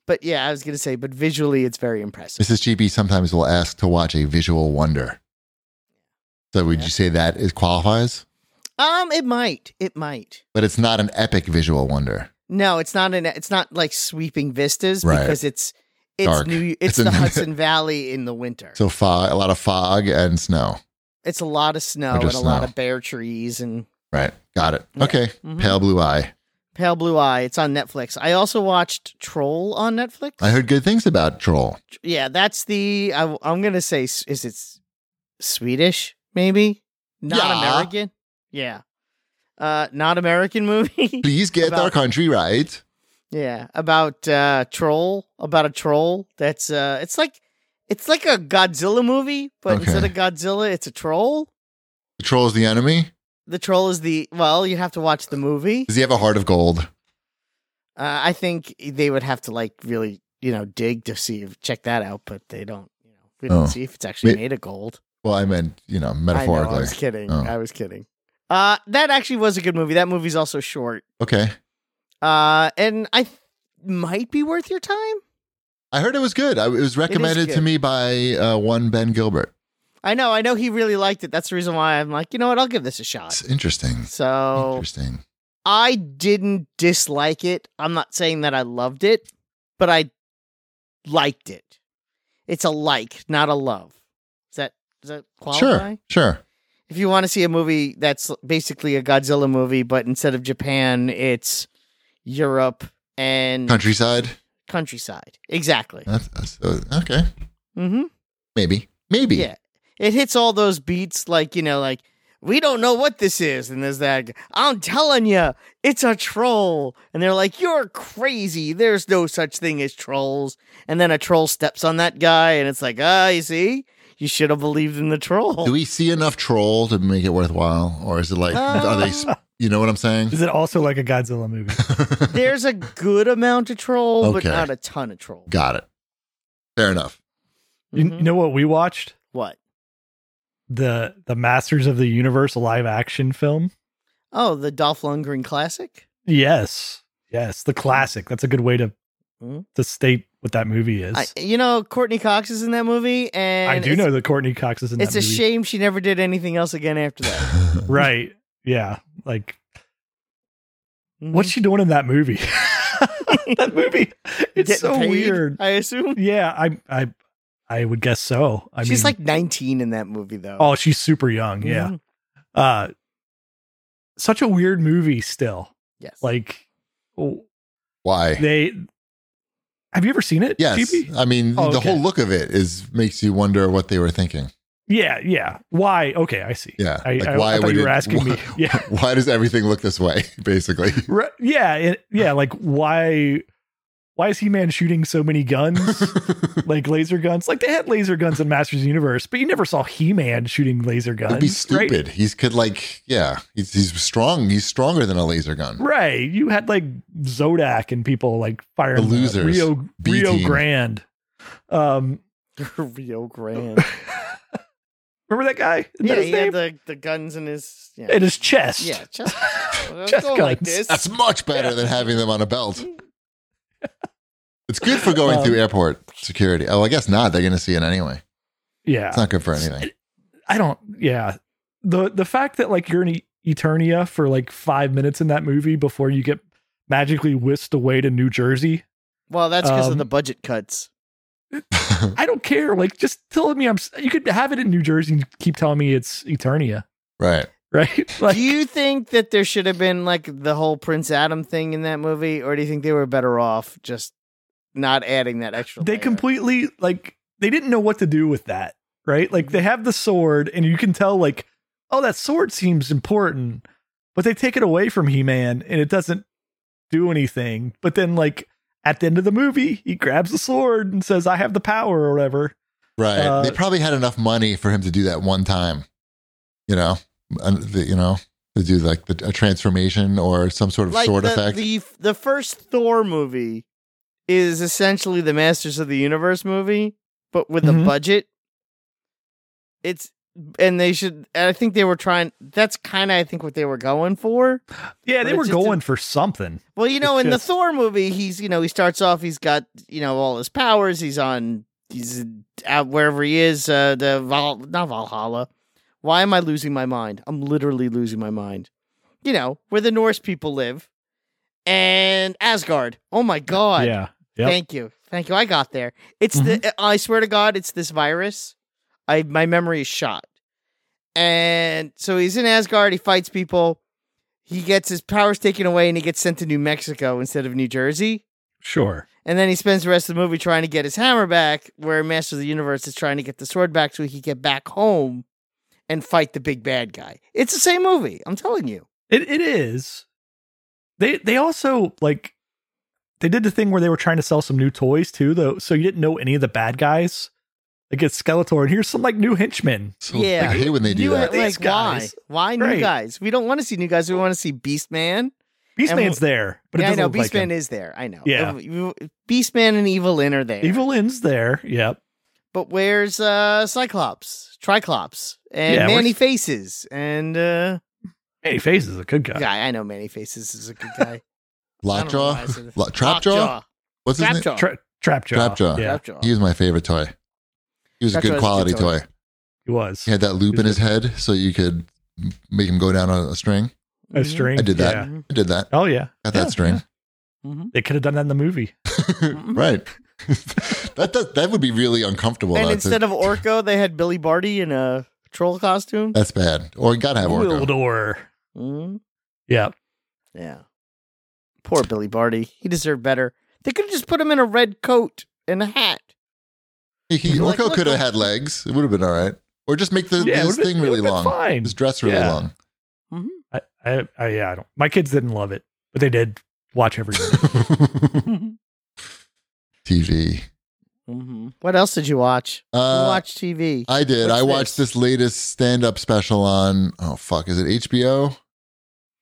But yeah, I was gonna say, but visually, it's very impressive. Mrs. GB sometimes will ask to watch a visual wonder. So would Yeah. you say that is qualifies? Um, it might, it might. But it's not an epic visual wonder. No, it's not an. It's not like sweeping vistas Right. because it's it's Dark. New. It's It's, in the the- Hudson Valley in the winter. So fog, a lot of fog and snow. It's a lot of snow Or and a just lot snow. of bare trees and Right. Got it. Yeah. Okay. Mhm. Pale blue eye. Pale Blue Eye. It's on Netflix. I also watched Troll on Netflix. I heard good things about Troll. yeah, that's the. I, am gonna say, s- is it s- Swedish? Maybe not Yeah. American. Yeah, uh, not American movie. Please get About- our country right. yeah, about uh, troll. About a troll. That's uh, it's like it's like a Godzilla movie, but Okay. instead of Godzilla, it's a troll. The troll is the enemy. The troll is the well. You have to watch the movie. Does he have a heart of gold? Uh, I think they would have to like really, you know, dig to see if check that out, but they don't. You know, we don't Oh. see if it's actually Wait, made of gold. Well, I meant, you know, I, know, I metaphorically. was kidding. Oh. I was kidding. Uh, that actually was a good movie. That movie's also short. Okay. Uh, and I th- might be worth your time. I heard it was good. I, it was recommended to good. me by uh, one Ben Gilbert. I know. I know he really liked it. That's the reason why I'm like, you know what? I'll give this a shot. It's interesting. So Interesting. I didn't dislike it. I'm not saying that I loved it, but I liked it. It's a like, not a love. Is that does that qualify? Sure. Sure. If you want to see a movie that's basically a Godzilla movie, but instead of Japan, it's Europe and Countryside. countryside. Exactly. That's, that's, uh, okay. Mm-hmm. Maybe. Maybe. Yeah. It hits all those beats, like you know, like we don't know what this is, and there's that. I'm telling you, it's a troll, and they're like, "You're crazy. There's no such thing as trolls." And then a troll steps on that guy, and it's like, "Ah, you see, you should have believed in the troll." Do we see enough troll to make it worthwhile? Or is it like, are Uh. they, Um, sp- you know what I'm saying? Is it also like a Godzilla movie? there's a good amount of troll, but Okay. not a ton of troll. Got it. Fair enough. You, Mhm. you know what we watched? what? The the Masters of the Universe live action film. Oh, the Dolph Lundgren classic. Yes, yes, the classic. That's a good way to Mhm. to state what that movie is. I, you know, Courtney Cox is in that movie, and I do it's- know that Courtney Cox is in that It's a movie. shame she never did anything else again after that. Right? Yeah. Like Mhm. what's she doing in that movie? that movie. It's Getting so paid, weird. I assume Yeah, I I I would guess so. I she's mean, like 19 in that movie, though. oh, she's super young. Yeah. Mhm. Uh, such a weird movie. Still, yes. like oh, Why? they. Have you ever seen it? Yes. GP? I mean, Oh, the okay. whole look of it is makes you wonder what they were thinking. Yeah, yeah. Why? Okay, I see. Yeah. I, I, I thought would you were it- asking me. why- Yeah, Why does everything look this way, basically? Right. yeah, it, yeah. Like why? Why is He Man shooting so many guns? like laser guns. Like they had laser guns in Masters of the Universe, but you never saw He Man shooting laser guns. It'd be right? stupid. He's could like, yeah, he's, he's strong. He's stronger than a laser gun. Right. You had like Zodak and people like firing The losers. Rio B Rio team. Grande. Um Rio Grande. remember that guy? Isn't yeah, that his he had name? the, the guns in his. Yeah, in his chest. yeah just, well, Just going like guns. this. That's much better than having them on a belt. It's good for going Um, through airport security. Oh, I guess not. They're going to see it anyway. Yeah. It's not good for anything. I don't yeah. The the fact that like you're in E- Eternia for like five minutes in that movie before you get magically whisked away to New Jersey. Well, that's because Um, of the budget cuts. I don't care. Like, just tell me I'm. s- You could have it in New Jersey and keep telling me it's Eternia, Right. right? Like, do you think that there should have been like the whole Prince Adam thing in that movie, or do you think they were better off just not adding that extra? they layer? completely like they didn't know what to do with that right like Mm-hmm. they have the sword and you can tell like oh that sword seems important but they take it away from he-man and it doesn't do anything but then like at the end of the movie he grabs the sword and says i have the power or whatever Right. Uh, they probably had enough money for him to do that one time, you know, and the- you know, to do like the, a transformation or some sort of like sword the, effect. the the first Thor movie is essentially the Masters of the Universe movie, but with a Mm-hmm. Mhm. budget. It's and they should. And I think they were trying. That's kind of I think what they were going for. yeah But they it's were just a- going for something Well, you know, It's in just- the Thor movie, he's you know he starts off. He's got you know all his powers. He's on. He's out wherever he is. Uh, the Val, not Valhalla. Why am I losing my mind? I'm literally losing my mind. You know where the Norse people live, and Asgard. Oh my god! yeah Yep. Mm-hmm. Thank you, thank you. I got there. It's the. I swear to God, it's this virus. I my memory is shot, and so he's in Asgard. He fights people. He gets his powers taken away, and he gets sent to New Mexico instead of New Jersey. sure And then he spends the rest of the movie trying to get his hammer back, where Master of the Universe is trying to get the sword back so he can get back home and fight the big bad guy. It's the same movie. I'm telling you. It it is. They they also like they did the thing where they were trying to sell some new toys too, though, so you didn't know any of the bad guys. Like it's Skeletor, and here's some like new henchmen. so yeah. Oh, I hate when they do You- that. like These why? guys. Why new Right. guys? We don't want to see new guys. We want to see Beast Man. Beastman's there, but it yeah, I doesn't know look like Beastman him. is there. I know. Yeah. Uh, you- Beastman and Evil Lyn are there. Evil Lynn's there. Yep. But where's uh Cyclops, Triclops, and Yeah, Manny where's- Faces? And uh Hey, Face is a good guy. guy, I know Manny Faces is a good guy. I don't know why Lockjaw, I said that. Lo- Trapjaw. What's his name? Trapjaw. Tra- Trapjaw. Trapjaw. Yeah, Trapjaw. He was my favorite toy. He was a Trapjaw is a good good quality toy. toy. he was He had that loop He's in his good. head, so you could m- make him go down a, a string. a string. Mm-hmm. I did that. Yeah. Mm-hmm. I did that. Oh yeah, Got that Yeah, string. Mhm. Mhm. They could have done that in the movie. Mm-hmm. right. that, that that would be really uncomfortable. And That's a- instead of Orko, they had Billy Barty in a troll costume. That's bad. Or you gotta have Orko. Wildor. Mhm. Yeah. Yeah. Poor Billy Barty. He deserved better. They could have just put him in a red coat and a hat. He, he- You're like, Orko look, could have look. had legs. It would have been all right. Or just make the, Yeah, it his would've been- thing it really would've been long. fine. His dress really Yeah. long. I, I, I yeah. I don't. My kids didn't love it, but they did watch every. movie. TV. Mhm. What else did you watch? Uh, you watch TV. I did. What's I watched this? this latest stand up special on, oh, fuck, is it HBO?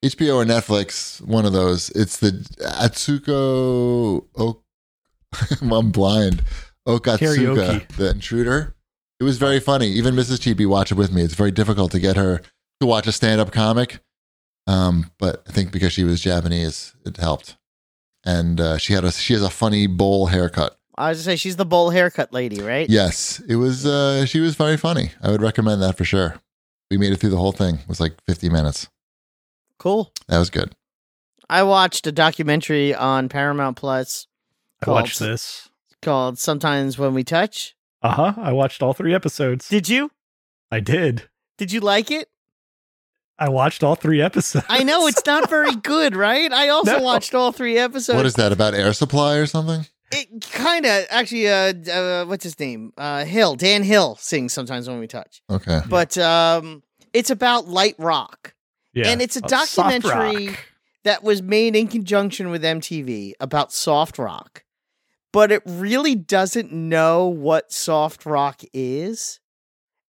HBO or Netflix, one of those. It's the Atsuko. O- I'm blind. Okatsuka, Karaoke. the intruder. It was very funny. Even Mrs. Chibi watched it with me. It's very difficult to get her to watch a stand up comic. Um, but I think because she was Japanese, it helped. And uh, she had a she has a funny bowl haircut. I was gonna say she's the bowl haircut lady, right? Yes, it was. Uh, she was very funny. I would recommend that for sure. We made it through the whole thing. It was like 50 minutes. Cool. That was good. I watched a documentary on Paramount Plus I watched Called- this. called Sometimes When We Touch. Uh huh. I watched all three episodes. Did you? I did. Did you like it? I watched all three episodes. I know it's not very good, right? I also No. watched all three episodes. what is that about air supply or something? it kind of actually uh, uh what's his name? Uh Hill, Dan Hill sings sometimes when we touch. Okay. But um it's about light rock. yeah. and it's a Uh, soft documentary rock. that was made in conjunction with MTV about soft rock, but it really doesn't know what soft rock is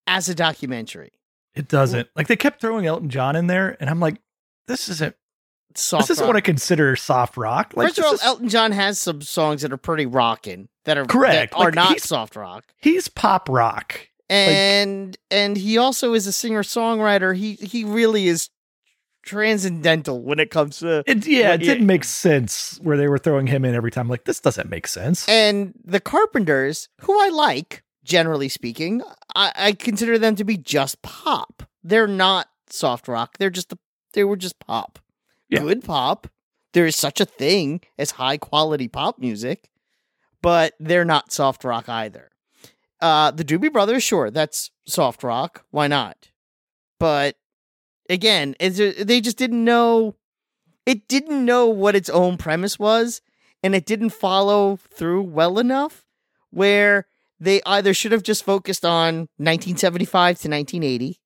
as a documentary. It doesn't like they kept throwing Elton John in there, and I'm like, this isn't Soft this isn't rock. what I consider soft rock. Like, First of this all, is- Elton John has some songs that are pretty rockin' that are Correct. that are Like, not he's- soft rock. he's pop rock. and and he also is a singer songwriter. He he really is transcendental when it comes to It yeah, it Yeah. didn't make sense where they were throwing him in every time. Like this doesn't make sense. and the Carpenters, who I like generally speaking, I, I consider them to be just pop. They're not soft rock. They're just they were just pop. Yeah. Good pop. There is such a thing as high quality pop music, but they're not soft rock either. Uh, the Doobie Brothers, sure, that's soft rock. Why not? But again, it's, they just didn't know. It didn't know what its own premise was, and it didn't follow through well enough. Where they either should have just focused on 1975 to 1980,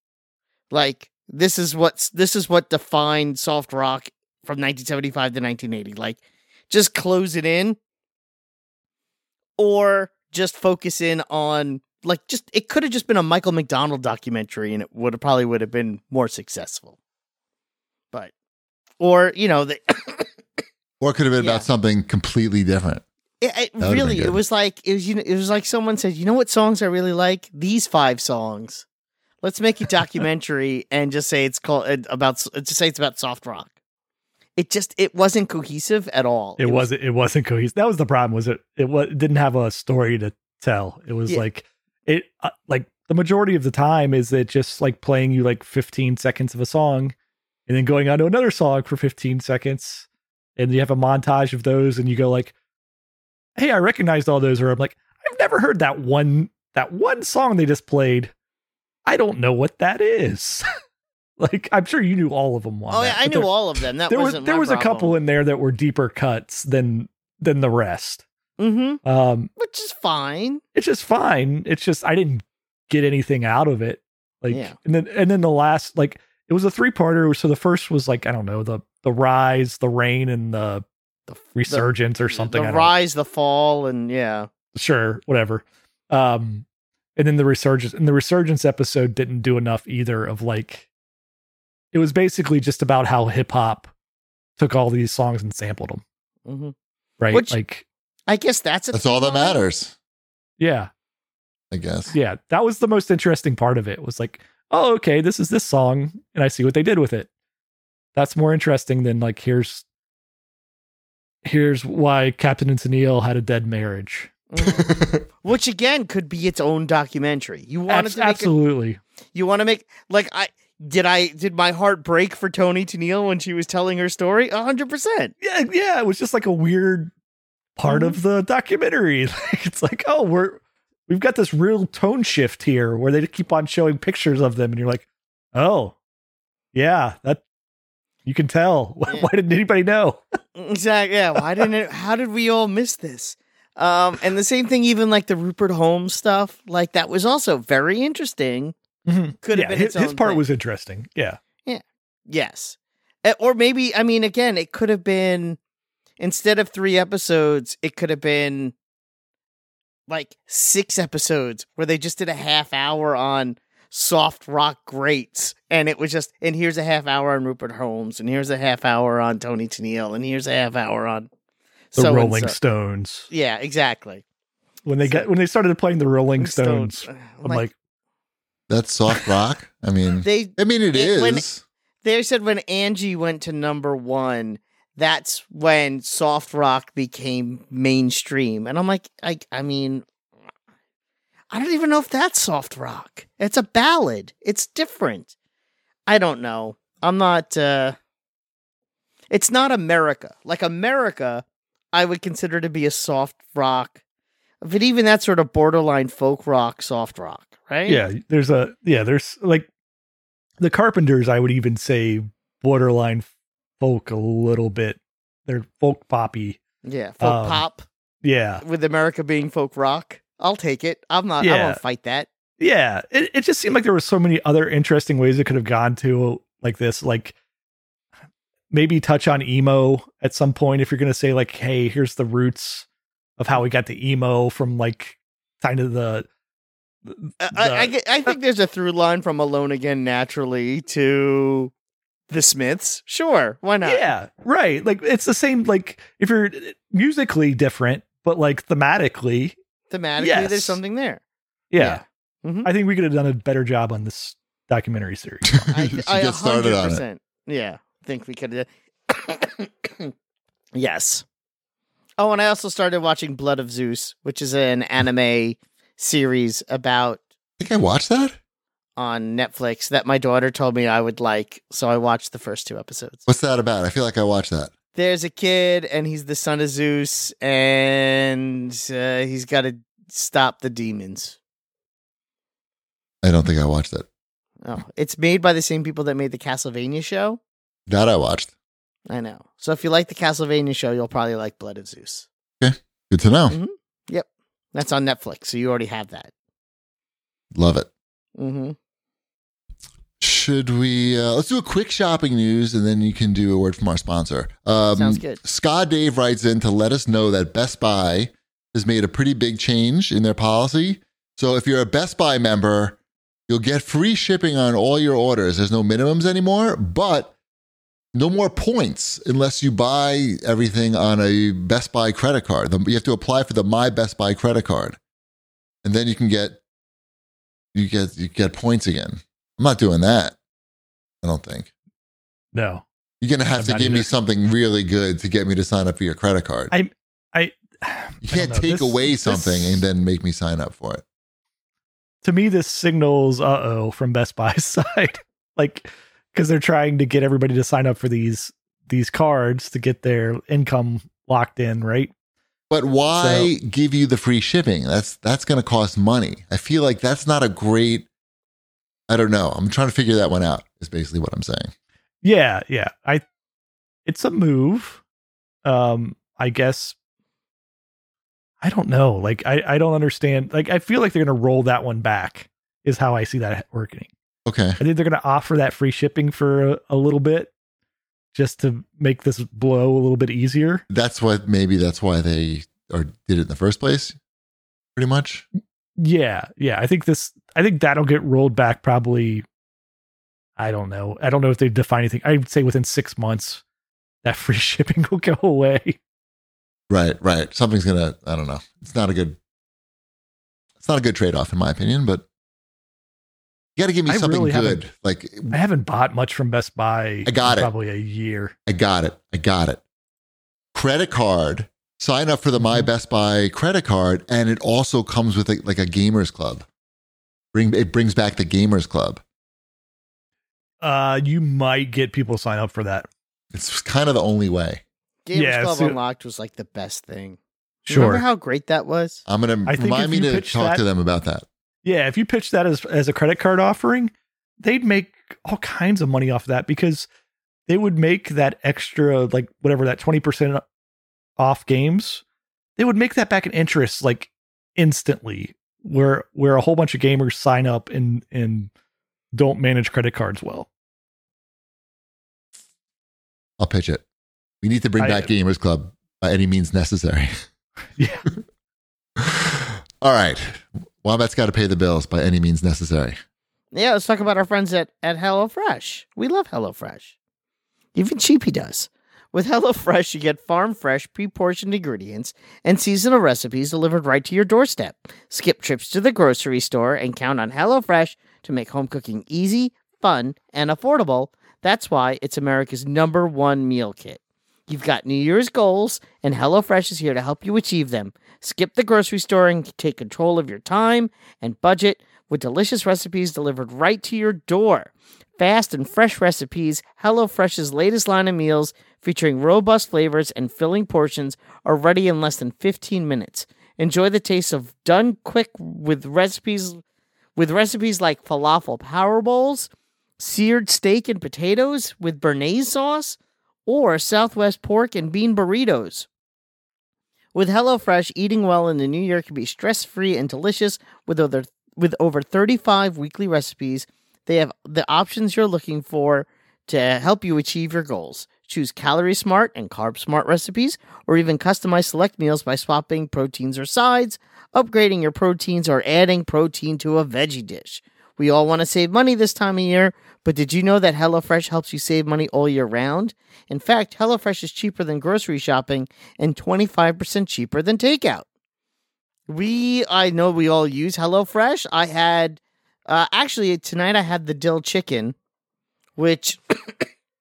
like this is what's this is what defined soft rock from 1975 to 1980. Like, just close it in or just focus in on like just it could have just been a Michael McDonald documentary and it would have probably would have been more successful. But or you know the Or it could have been Yeah. about something completely different. it, it would've been really it good. was like it was you know, it was like someone said, "You know what songs I really like? These five songs. Let's make a documentary and just say it's called uh, about s- just say it's about soft rock." It just it wasn't cohesive at all. It, wasn't. It wasn't cohesive. That was the problem. Was it? It was it didn't have a story to tell. It was Yeah. like it. Uh, like the majority of the time is it just like playing you like 15 seconds of a song, and then going on to another song for 15 seconds, and you have a montage of those, and you go like, "Hey, I recognized all those," or I'm like, "I've never heard that one. That one song they just played. I don't know what that is." like I'm sure you knew all of them. on Oh, that, yeah, I but there- knew all of them. That there was wasn't there was a couple in there that were deeper cuts than than the rest. mm-hmm, Um, which is fine. it's just fine. It's just I didn't get anything out of it. Like Yeah. and then and then the last like it was a three parter. So the first was like I don't know the the rise, the rain, and the The, f- the- resurgence or something. I The don't- rise, the fall, and yeah, sure, whatever. Um, and then the resurgence and the resurgence episode didn't do enough either. Of like, it was basically just about how hip hop took all these songs and sampled them. hmm Right, Which- like I guess that's a That's all that thing, right? matters, yeah. I guess. yeah, that was the most interesting part of it. Was like, oh, okay, this is this song, and I see what they did with it. That's more interesting than like here's here's why Captain and Tennille had a dead marriage. Mhm. Which again could be its own documentary. You wanted Abs- to make it, absolutely, you want to make like I did. I did my heart break for Tony Tennille when she was telling her story. A hundred percent. yeah, yeah. It was just like a weird part of Mm-hmm. the documentary. Like, it's like, oh, we're we've got this real tone shift here where they keep on showing pictures of them, and you're like, oh, yeah, that you can tell. Yeah. Why didn't anybody know? Exactly. Yeah. Why didn't it? How did we all miss this? Um, and the same thing, even like the Rupert Holmes stuff, like that was also very interesting. Could have Mm-hmm. yeah, been his, its his own part thing. was interesting. Yeah, Yes. Eh, Or maybe, I mean, again, it could have been instead of three episodes, it could have been like six episodes where they just did a half hour on soft rock greats. And it was just, and here's a half hour on Rupert Holmes, and here's a half hour on Tony Tennille, and here's a half hour on the so-and-so. Rolling Stones. Yeah, exactly. uh, When they got when they started playing the Rolling Stones, I'm I'm like, That's soft rock. I mean, they I mean, it It- is. when- they said when Angie went to number one, that's when soft rock became mainstream. And I'm like, I, I mean, I don't even know if that's soft rock. It's a ballad. It's different. I don't know. I'm not. Uh, it's not America. Like America, I would consider to be a soft rock, but even that sort of borderline folk rock, soft rock, right? yeah, there's a yeah, there's like the Carpenters. I would even say borderline folk a little bit. They're folk poppy. yeah, folk Um, pop. Yeah, with America being folk rock. I'll take it. I'm not. I Yeah. won't fight that. yeah it, it just seemed like there were so many other interesting ways it could have gone to like this like maybe touch on emo at some point if you're going to say like hey here's the roots of how we got to emo from like kind of the I, I, I The- get- I think there's a through line from Alone Again naturally to the Smiths. Sure, why not? yeah right like it's the same like if you're uh, musically different but like thematically Thematically, Yes. there's something there. yeah, Yeah. Mhm. i think we could have done a better job on this documentary series I, You should I get started on it. 100%, Yeah, think we could have. yes. Oh, and I also started watching Blood of Zeus, which is an anime series about I think I watched that. on Netflix that my daughter told me I would like, so I watched the first two episodes. What's that about? I feel like I watched that. there's a kid and he's the son of Zeus and uh, he's got to stop the demons. I don't think I watched that. Oh, it's made by the same people that made the Castlevania show. That I watched. I know. So if you like the Castlevania show, you'll probably like Blood of Zeus. Good to know. Mhm. That's on Netflix, so you already have that. Love it. Mm-hmm. Should we? Uh, let's do a quick shopping news, and then you can do a word from our sponsor. Um, Sounds good. Scott Dave writes in to let us know that Best Buy has made a pretty big change in their policy. So if you're a Best Buy member, you'll get free shipping on all your orders. There's no minimums anymore, but no more points unless you buy everything on a Best Buy credit card. The- You have to apply for the My Best Buy credit card, and then you can get you get you get points again. I'm not doing that. I don't think. No, You're gonna have I'm to not give me either. something really good to get me to sign up for your credit card. I- I- you I don't can't know. take This- away this- something and then make me sign up for it. to me this signals uh oh from Best Buy's side, like because they're trying to get everybody to sign up for these these cards to get their income locked in, right? But why give you the free shipping? That's that's gonna cost money. I feel like that's not a great. I don't know. I'm trying to figure that one out. Is basically what I'm saying. Yeah, yeah. I it's a move. Um, I guess I don't know. Like I I don't understand. Like I feel like they're going to roll that one back is how I see that working. Okay. I think they're going to offer that free shipping for a, a little bit just to make this blow a little bit easier. That's what maybe that's why they or did it in the first place. Pretty much. Yeah, yeah. I think this I think that'll get rolled back probably I don't know. I don't know if they define anything. I'd say within 6 months that free shipping will go away. Right. Right. Something's gonna. I don't know. It's not a good. It's not a good trade off in my opinion, but. You got to give me I something really haven't- good. Like I haven't bought much from Best Buy. I got it. in Probably a year. I got it. I got it. Credit card. Sign up for the Mm-hmm. My Best Buy credit card, and it also comes with a, like a gamers club. Bring it brings back the gamers club. Uh, you might get people sign up for that. It's kind of the only way. Games Yeah, Club so- Unlocked was like the best thing. Sure. Remember how great that was? I'm gonna I think remind if me you to pitch talk to that- them about that. yeah, if you pitch that as as a credit card offering, they'd make all kinds of money off of that because they would make that extra like whatever that twenty percent off games. They would make that back in interest like instantly, where where a whole bunch of gamers sign up and and don't manage credit cards well. I'll pitch it. We need to bring I- back gamers club by any means necessary. Yeah. All right, Wombat's got to pay the bills by any means necessary. Yeah, let's talk about our friends at, at HelloFresh. We love HelloFresh. Even Cheapy does. With HelloFresh, you get farm fresh, pre portioned ingredients and seasonal recipes delivered right to your doorstep. Skip trips to the grocery store and count on HelloFresh to make home cooking easy, fun, and affordable. That's why it's America's number one meal kit. You've got New Year's goals, and HelloFresh is here to help you achieve them. Skip the grocery store and take control of your time and budget with delicious recipes delivered right to your door. Fast and fresh recipes, HelloFresh's latest line of meals featuring robust flavors and filling portions are ready in less than 15 minutes. Enjoy the taste of done quick with recipes with recipes like falafel power bowls, seared steak and potatoes with béarnaise sauce, or Southwest pork and bean burritos. With HelloFresh, eating well in the new year can be stress-free and delicious with other with over 35 weekly recipes. They have the options you're looking for to help you achieve your goals. Choose calorie smart and carb smart recipes, or even customize select meals by swapping proteins or sides, upgrading your proteins, or adding protein to a veggie dish. We all want to save money this time of year, but did you know that HelloFresh helps you save money all year round? In fact, HelloFresh is cheaper than grocery shopping and 25% cheaper than takeout. We, I know we all use HelloFresh. I had, uh, actually, tonight I had the dill chicken, which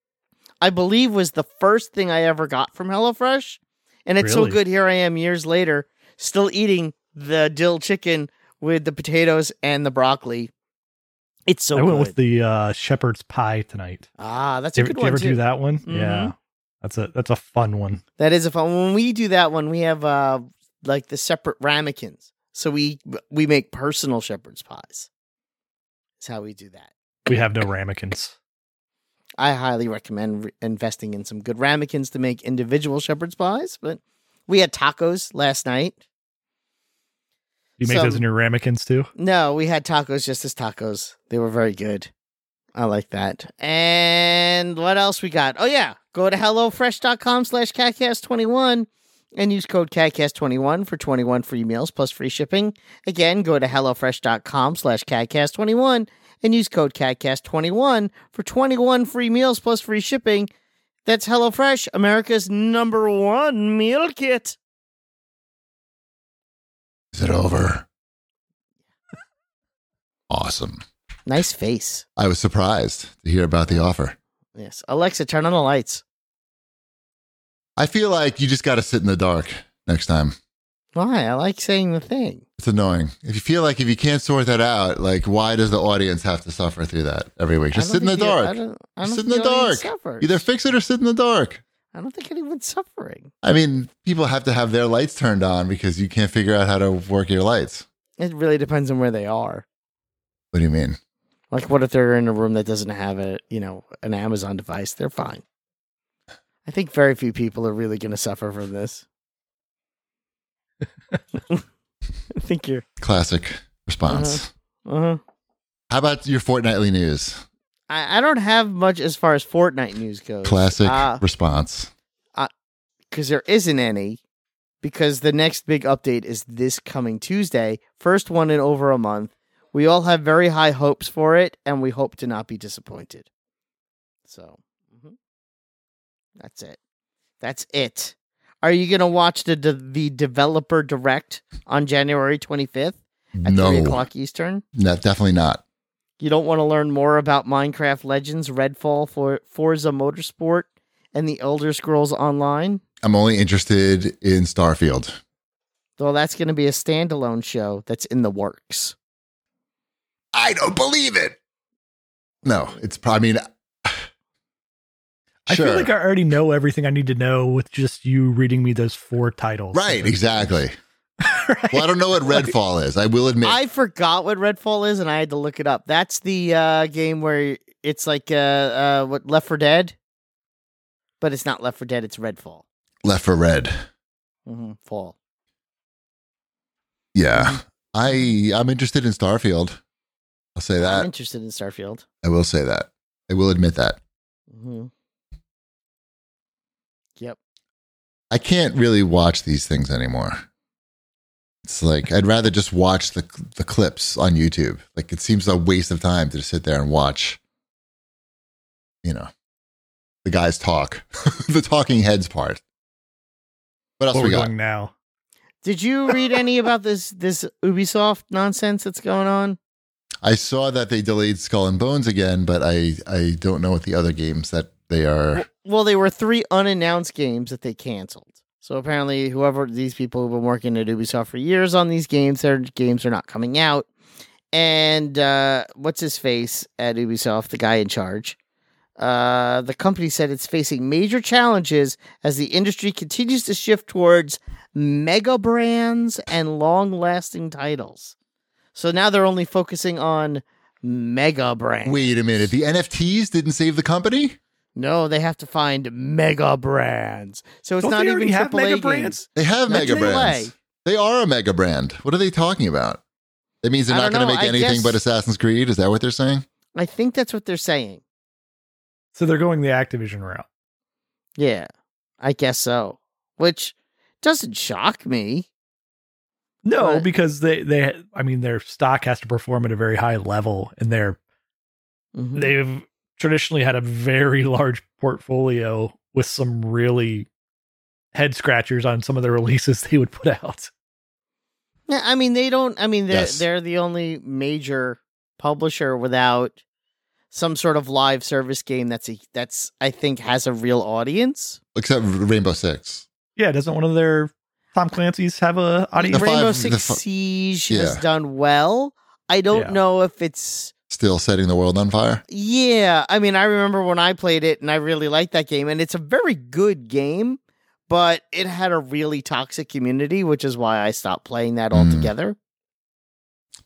I believe was the first thing I ever got from HelloFresh. And it's Really? so good. Here I am years later, still eating the dill chicken with the potatoes and the broccoli. It's so I good. went with the uh, shepherd's pie tonight. ah, that's Do a you, good do you one. ever too. do that one? Mhm. Yeah. That's a that's a fun one. That is a fun. When we do that one, we have uh like the separate ramekins. So we we make personal shepherd's pies. That's how we do that. We have no ramekins. I highly recommend re- investing in some good ramekins to make individual shepherd's pies. But we had tacos last night. Do you make So- those in your ramekins too? No, we had tacos just as tacos. They were very good. I like that. And what else we got? Oh yeah. Go to HelloFresh.com slash CatCast21 and use code CatCast21 for 21 free meals plus free shipping. Again, go to HelloFresh.com slash CatCast21 and use code CatCast21 for 21 free meals plus free shipping. That's HelloFresh, America's number one meal kit. Is it over? Awesome. Nice face. I was surprised to hear about the offer. Yes. Alexa, turn on the lights. I feel like you just got to sit in the dark next time. Why? I like saying the thing. It's annoying. If you feel like if you can't sort that out, like why does the audience have to suffer through that every week? Just I sit don't in the think the- I dark. don't- I Just don't sit in think the the dark. audience suffers. Either fix it or sit in the dark. I don't think anyone's suffering. I mean, people have to have their lights turned on because you can't figure out how to work your lights. It really depends on where they are. What do you mean? Like, what if they're in a room that doesn't have a, you know, an Amazon device? They're fine. I think very few people are really going to suffer from this. I think you're. Classic response. Uh-huh. How about your fortnightly news? I, I don't have much as far as Fortnite news goes. Classic Uh, response. because there isn't any because the next big update is this coming Tuesday, first one in over a month. We all have very high hopes for it and we hope to not be disappointed. So, mhm. that's it. That's it. Are you going to watch the de- the developer direct on January 25th at 3 No, o'clock Eastern? no, definitely not. You don't want to learn more about Minecraft Legends, Redfall, for Forza Motorsport, and the Elder Scrolls Online? I'm only interested in Starfield. Well, that's going to be a standalone show that's in the works. I don't believe it. No, it's probably. I mean, I feel like I already know everything I need to know with just you reading me those four titles. right, exactly. Right? Well, I don't know what Redfall is. I will admit. I forgot what Redfall is, and I had to look it up. That's the uh, game where it's like uh, uh, what Left for Dead, but it's not Left for Dead. It's Redfall. Left for Red. Mm-hmm. Fall. Yeah, I I'm interested in Starfield. I'll say I'm that. interested in Starfield. I will say that. I will admit that. hmm Yep. I can't really watch these things anymore. It's like I'd rather just watch the the clips on YouTube. Like it seems a waste of time to sit there and watch, you know, the guys talk, the talking heads part. What else Where we we're got? going now. Did you read any about this this Ubisoft nonsense that's going on? I saw that they delayed Skull and Bones again, but I I don't know what the other games that they are. Well, they were three unannounced games that they canceled. So apparently, whoever these people who've been working at Ubisoft for years on these games, their games are not coming out. And uh, what's his face at Ubisoft, the guy in charge? Uh, the company said it's facing major challenges as the industry continues to shift towards mega brands and long-lasting titles. So now they're only focusing on mega brands. Wait a minute, the NFTs didn't save the company. No, they have to find mega brands. So it's Don't not they even already have triple A mega games. brands? They have Not mega AAA. brands. They are a mega brand. What are they talking about? That means they're I not don't going to know. make I anything guess- but Assassin's Creed. Is that what they're saying? I think that's what they're saying. So they're going the Activision route. Yeah, I guess so. Which doesn't shock me. No, But- because they they I mean their stock has to perform at a very high level and they're Mhm. they've traditionally had a very large portfolio with some really head scratchers on some of the releases they would put out. Yeah, I mean they don't. I mean they're Yes. they're the only major publisher without some sort of live service game that's a, that's I think has a real audience. Except Rainbow Six. Yeah, doesn't one of their Tom Clancy's have a audience? The Rainbow five- Six the fi- Siege has Yeah. done well. I don't Yeah. know if it's still setting the world on fire. Yeah, I mean, I remember when I played it, and I really liked that game, and it's a very good game, but it had a really toxic community, which is why I stopped playing that Mm. altogether.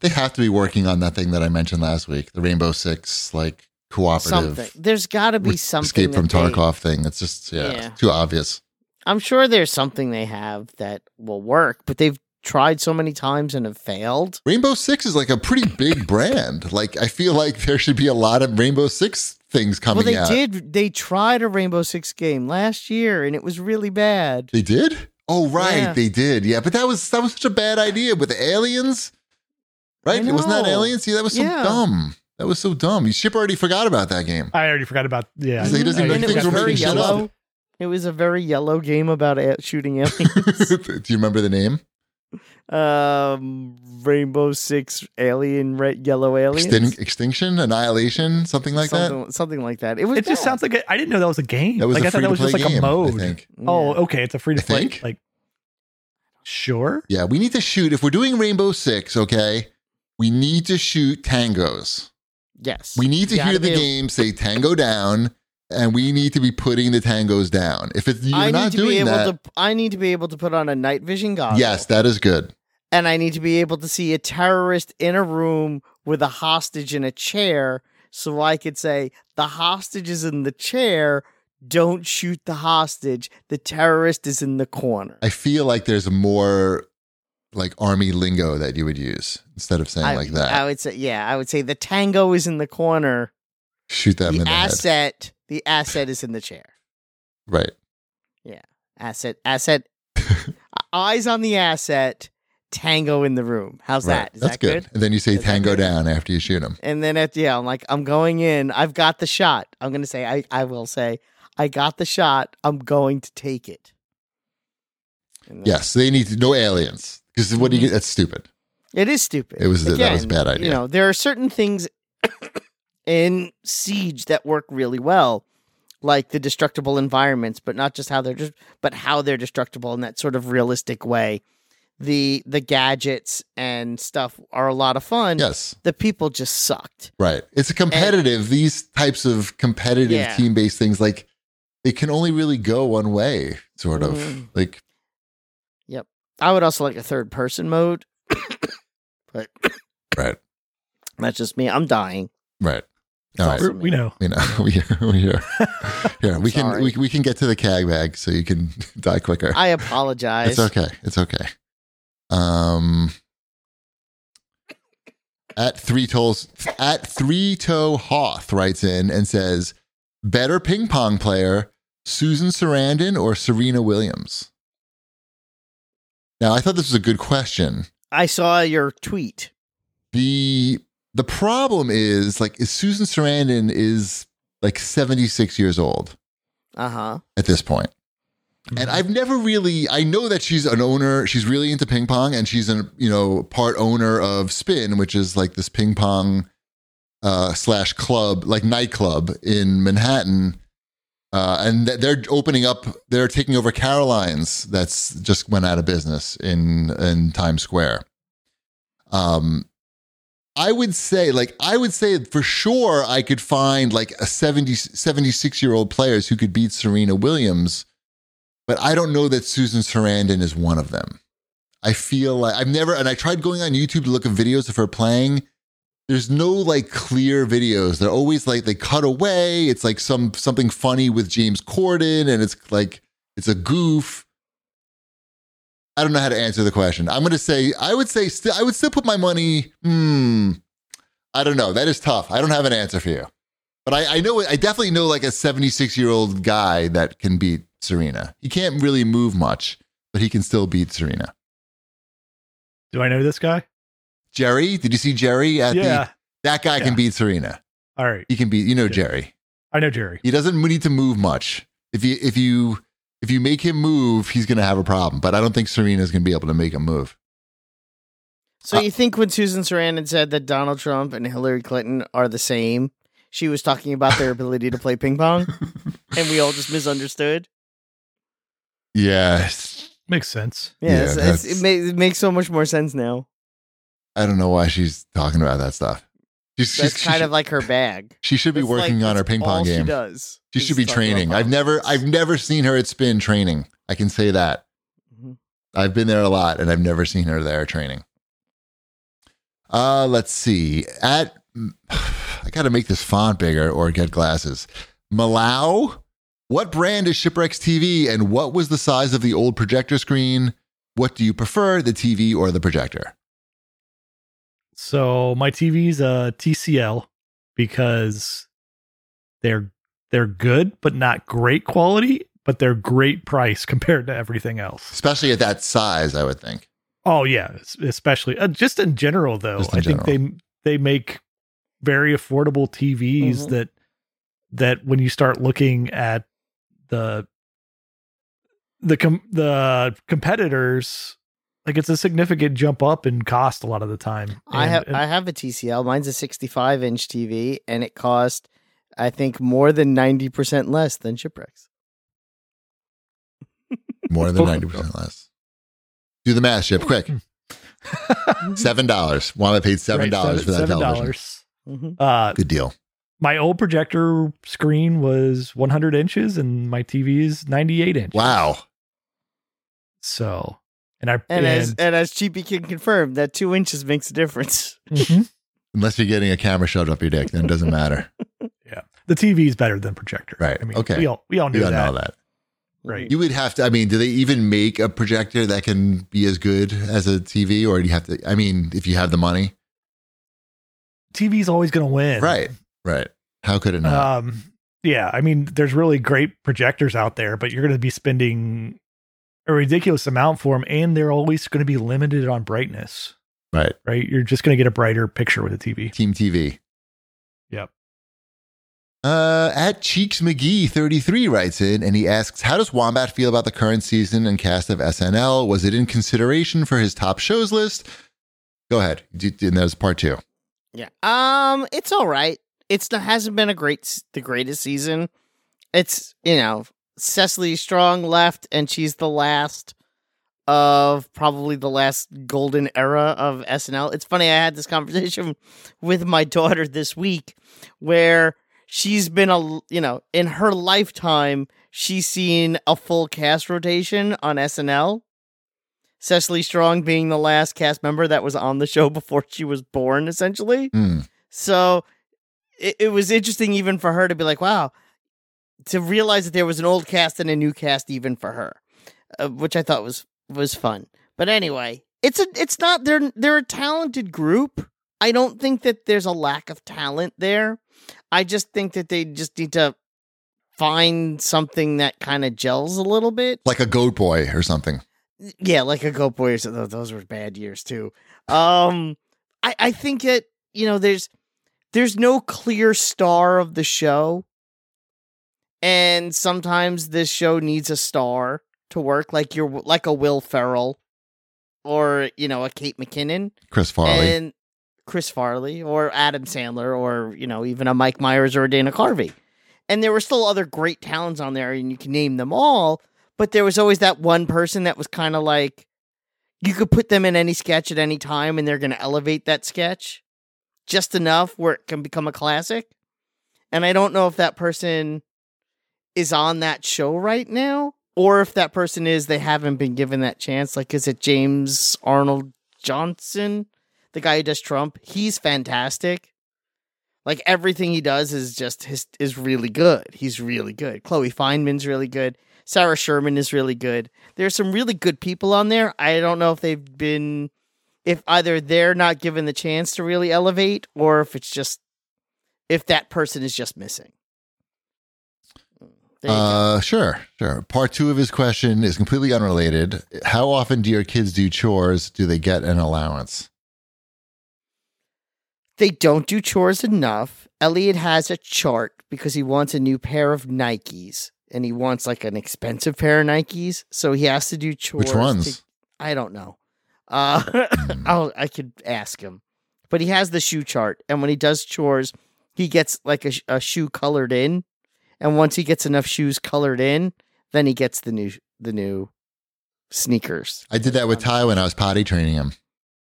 They have to be working on that thing that I mentioned last week, the Rainbow Six like cooperative Something there's got to be re- something. escape from that they- Tarkov thing. It's just yeah, Yeah. too obvious. I'm sure there's something they have that will work, but they've tried so many times and have failed. Rainbow Six is like a pretty big brand. Like I feel like there should be a lot of Rainbow Six things coming Well, they out. did. They tried a Rainbow Six game last year, and it was really bad. They did? Oh right, Yeah. they did. Yeah, but that was that was such a bad idea with the aliens. Right? I It wasn't that know. aliens? Yeah, that was so Yeah. dumb. That was so dumb. Ship already forgot about that game. I already forgot about yeah. It's like he doesn't I even and know it already was things forgot were very making shit up. yellow. It was a very yellow game about a- shooting aliens. Do you remember the name? um, Rainbow Six Alien Red Yellow Aliens. Extin- extinction, annihilation, something like something, that. Something like that. It was. It just bad. sounds like a, I didn't know that was a game. that. That was like a I thought free that to was play just like game. a mode. I think. Yeah. Oh, okay, it's a free to I play. think. Like, sure. Yeah, we need to shoot. If we're doing Rainbow Six, okay, we need to shoot tangos. Yes. We need to Gotta hear the be- game say tango down, and we need to be putting the tangos down. If it's, you're I need not to doing be able that, to. I need to be able to put on a night vision goggle. yes, that is good. and I need to be able to see a terrorist in a room with a hostage in a chair so I could say, the hostage is in the chair. Don't shoot the hostage. The terrorist is in the corner. I feel like there's more like army lingo that you would use instead of saying I- like that. I would say, yeah, I would say the tango is in the corner. shoot them the in the head. asset, the asset is in the chair. Right. Asset, asset, e-, eyes on the asset, tango in the room. How's right. that? Is That's that good? And then you say Is that tango good? down after you shoot them. And then at the end, I'm like, I'm going in. I've got the shot. I'm gonna say, I, I will say, I got the shot. I'm going to take it. And then- Yes, they need to, no aliens because what do you? That's stupid. it is stupid. It was- that was a bad idea. You know, there are certain things in Siege that work really well, like the destructible environments, but not just how they're just, but how they're destructible in that sort of realistic way. The the gadgets and stuff are a lot of fun. Yes. The people just sucked. Right. It's a competitive, these types of competitive Yeah. team based things, like they can only really go one way, sort of. Mhm. Like, I would also like a third person mode. but Right. That's just me. I'm dying. right. All right. awesome. We're- We know. You know, we we here. Here, we can Sorry. we, we can get to the cag bag so you can die quicker. I It's apologize. okay. It's okay. Um, at three toes, at three toe Hoth writes in and says, "Better ping pong player, Susan Sarandon or Serena Williams." Now, I thought this was a good question. I saw your tweet. the The problem is, like, is Susan Sarandon is like seventy six years old Uh huh. at this point. And Mm-hmm. I've never really I know that she's an owner, she's really into ping pong and she's an you know, part owner of Spin, which is like this ping pong uh slash club, like nightclub in Manhattan. Uh, and th- they're opening up. They're taking over Caroline's. That's just went out of business in in Times Square. Um, I would say, like, I would say for sure I could find like a 70, 76 year old players who could beat Serena Williams, but I don't know that Susan Sarandon is one of them. I feel like I've never, and I tried going on YouTube to look at videos of her playing. There's no like clear videos. They're always like they cut away. It's like some something funny with James Corden, and it's like it's a goof. I don't know how to answer the question. I'm going to say I would say still I would still put my money. Hmm. I don't know. That is tough. I don't have an answer for you, but I, I know I definitely know like a 76 year old guy that can beat Serena. He can't really move much, but he can still beat Serena. Do I know this guy? Jerry, did you see Jerry at yeah. the? That guy Yeah. can beat Serena. All right. He can beat you know Yeah. Jerry. I know Jerry. He doesn't need to move much. If you if you if you make him move, he's going to have a problem. But I don't think Serena's going to be able to make him move. So Uh, you think when Susan Sarandon said that Donald Trump and Hillary Clinton are the same, she was talking about their ability to play ping pong, and we all just misunderstood? Yes. Makes sense. Yeah, Yeah, it's- it's- that's- it, ma- it makes so much more sense now. I don't know why she's talking about that stuff. She's, she's, That's she kind should- of like her bag. she should be It's working like- on her that's ping pong all She game. does. She is should be talk about training. I've never politics. I've never seen her at spin training. I can say that. Mhm. I've been there a lot and I've never seen her there training. Uh let's see. At I got to make this font bigger or get glasses. Malau, what brand is Shipwrecks TV and what was the size of the old projector screen? What do you prefer, the TV or the projector? So my TV's a TCL because they're they're good, but not great quality, but they're great price compared to everything else. Especially at that size, I would think. Oh yeah, es- especially uh, just in general though. Just in I think they they make very affordable TVs Mhm. that that when you start looking at the the com- the competitors like it's a significant jump up in cost a lot of the time. I And- have and- I have a TCL. Mine's a 65 inch TV, and it cost, I think, more than 90 percent less than shipwrecks. More than 90% less. Do the math, Ship, quick. Seven dollars. Why I paid seven Right, dollars for that seven television. dollars. Mm-hmm. Uh, Good deal. my old projector screen was 100 inches, and my TV is 98 inches. Wow. So, and I And and- as and as Cheapy can confirm, that two inches makes a difference. Mhm. Unless you're getting a camera shoved up your dick, then it doesn't matter. the TV is better than projector. Right, I mean, okay. We all we all you knew don't that. know that. Right. You would have to. I mean, do they even make a projector that can be as good as a TV, or do you have to? I mean, if you have the money, TV is always going to win. right, right. How could it not? Um. Yeah. I mean, there's really great projectors out there, but you're going to be spending a ridiculous amount for them, and they're always going to be limited on brightness. right. Right. You're just going to get a brighter picture with a TV. Team TV. Yep. Uh, at Cheeks McGee 33 writes in and he asks, How does Wombat feel about the current season and cast of SNL? Was it in consideration for his top shows list? Go ahead. D- d- And that was part two. Yeah. Um, it's all right. It's not, hasn't been a great s- the greatest season. It's you know Cecily Strong left, and she's the last of probably the last golden era of SNL. It's funny I had this conversation with my daughter this week, where she's been a l- you know in her lifetime she's seen a full cast rotation on SNL. Cecily Strong being the last cast member that was on the show before she was born, essentially. Hmm. So it, it was interesting even for her to be like, wow, to realize that there was an old cast and a new cast even for her, uh, which I thought was was fun. But anyway, it's a it's not they're they're a talented group. I don't think that there's a lack of talent there. I just think that they just need to find something that kind of gels a little bit. Like a goat boy or something. Yeah, like a Goat Boy or something. Tho- Those were bad years too. Um, I I think that you know there's there's no clear star of the show, and sometimes this show needs a star to work, like you're like a Will Ferrell, or you know a Kate McKinnon Chris Farley. and Chris Farley or Adam Sandler or you know even a Mike Myers or a Dana Carvey. And there were still other great talents on there and you can name them all, but there was always that one person that was kind of like you could put them in any sketch at any time and they're going to elevate that sketch just enough where it can become a classic. And I don't know if that person is on that show right now or if that person is they haven't been given that chance like is it James Arnold Johnson? the guy who does Trump, he's fantastic. Like everything he does is just his is really good. He's really good. Chloe Feynman's really good. Sarah Sherman is really good. There's some really good people on there. I don't know if they've been if either they're not given the chance to really elevate or if it's just if that person is just missing. Mm, There you go. Uh, sure, sure. Part two of his question is completely unrelated. How often do your kids do chores? Do they get an allowance? they don't do chores enough. Elliot has a chart because he wants a new pair of Nikes and he wants like an expensive pair of Nikes. So he has to do chores. Which to- ones? Hmm. I don't know. Uh, I'll, I could ask him. But he has the shoe chart. And when he does chores, he gets like a, sh- a shoe colored in. And once he gets enough shoes colored in, then he gets the new the new sneakers. I did that with Ty when I was potty training him.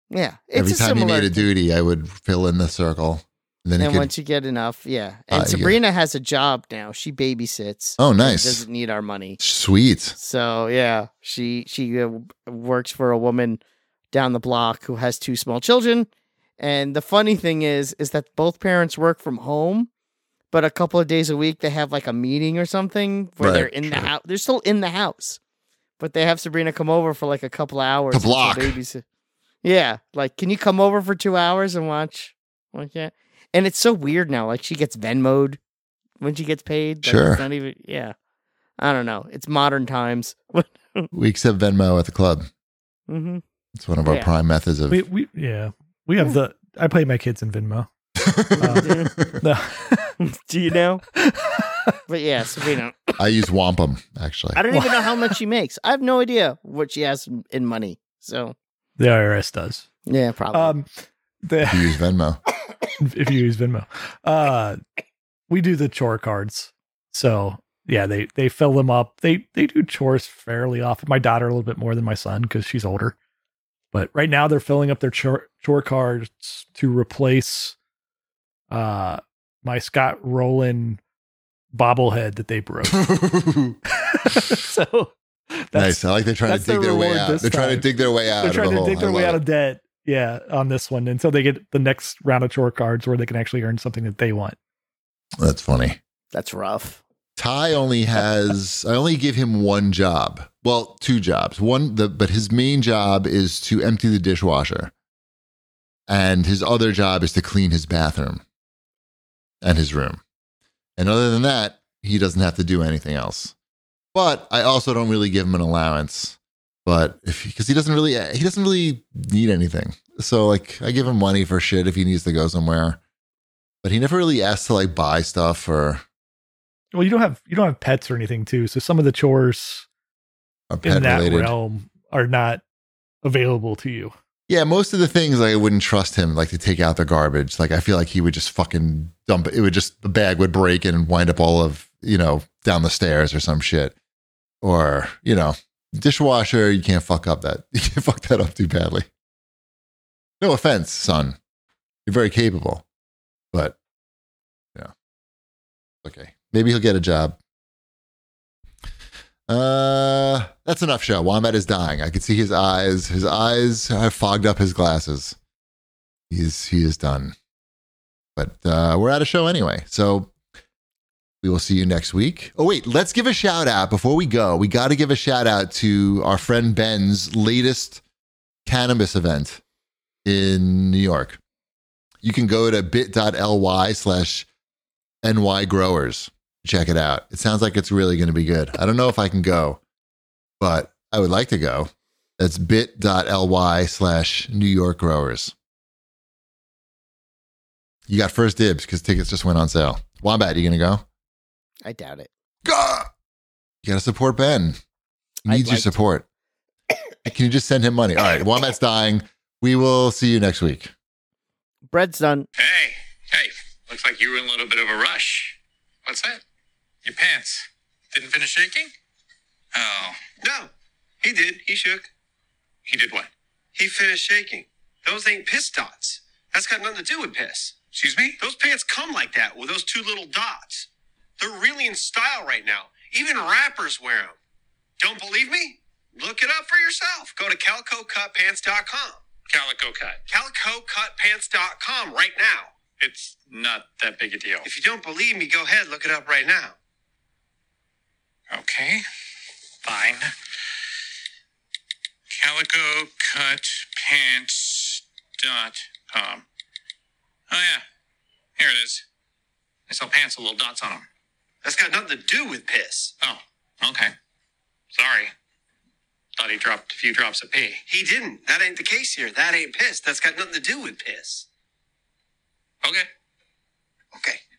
Yeah. It's Every a time he similar made a duty, I would fill in the circle And then it and could- once you get enough, yeah. Uh, you And get- Sabrina has a job now. She babysits. oh, and nice. Doesn't need our money. Sweet. So yeah, she she uh, works for a woman down the block who has two small children. And the funny thing is, is that both parents work from home, but a couple of days a week they have like a meeting or something where Right, they're in the sure. house. They're still in the house, but they have Sabrina come over for like a couple of hours To and she'll block. babysit. Yeah, like can you come over for two hours and watch? Like yeah, and it's so weird now. Like she gets Venmoed when she gets paid. Like, Sure. it's not even yeah. I don't know. It's modern times. We accept Venmo at the club. hmm It's one of our Yeah. prime methods of. Hmm. We, we yeah. We have the I pay my kids in Venmo. No. Do you know? but yeah, Sabrina. I use wampum actually. I don't even know how much she makes. I have no idea what she has in- in money. So the IRS does. yeah, probably. Um the You use Venmo. if you use Venmo. Uh, we do the chore cards. So yeah, they they fill them up. They they do chores fairly often. My daughter a little bit more than my son because she's older. But right now they're filling up their chore, chore cards to replace uh my Scott Rowland bobblehead that they broke. so that's nice. I like they're trying to that's dig their their way reward out. this They're trying to time. dig their way out. they're of trying a to hole. dig their I way love out it. of debt. Yeah, on this one until they get the next round of chore cards where they can actually earn something that they want. That's funny. That's rough. Ty only has I only give him one job. Well, two jobs. One the but his main job is to empty the dishwasher. And his other job is to clean his bathroom and his room. And other than that, he doesn't have to do anything else. But I also don't really give him an allowance. But if because he doesn't really he doesn't really need anything. So like I give him money for shit if he needs to go somewhere. But he never really asks to like buy stuff or Well, you don't have you don't have pets or anything too, so some of the chores or in pet that related. realm are not available to you. Yeah, most of the things I wouldn't trust him like to take out the garbage. Like I feel like he would just fucking dump it. It would just the bag would break and wind up all of, you know, down the stairs or some shit. Or, you know, dishwasher, you can't fuck up that. You can't fuck that up too badly. No offense, son. You're very capable. But yeah. Okay. Maybe he'll get a job. Uh, that's enough show. Wombat is dying. I can see his eyes. His eyes have fogged up his glasses. He's he is done. But uh, we're at a show anyway, so we will see you next week. Oh wait, let's give a shout out before we go. We got to give a shout out to our friend Ben's latest cannabis event in New York. You can go to bit.ly slash ny growers check it out. It sounds like it's really going to be good. I don't know if I can go, but I would like to go. That's bit.ly slash New York Growers. You got first dibs because tickets just went on sale. Wombat, you going to go? I doubt it. Gah! You got to support Ben. He I'd needs your like to. support. Can you just send him money? All right, Wombat's dying. We will see you next week. Bread's done. Hey, hey, looks like you were in a little bit of a rush. What's that? Your pants. Didn't finish shaking? Oh. No, he did. He shook. He did what? He finished shaking. Those ain't piss dots. That's got nothing to do with piss. Excuse me? Those pants come like that with those two little dots. They're really in style right now. Even rappers wear them. Don't believe me? Look it up for yourself. Go to CalicoCutPants.com. Calico cut. CalicoCutPants.com right now. It's not that big a deal. If you don't believe me, go ahead, look it up right now. Okay. Fine. Calico cut pants dot com. Oh yeah. Here it is. They sell pants with little dots on them. That's got nothing to do with piss. Oh, okay. Sorry. Thought he dropped a few drops of pee. He didn't. That ain't the case here. That ain't piss. That's got nothing to do with piss. Okay. Okay.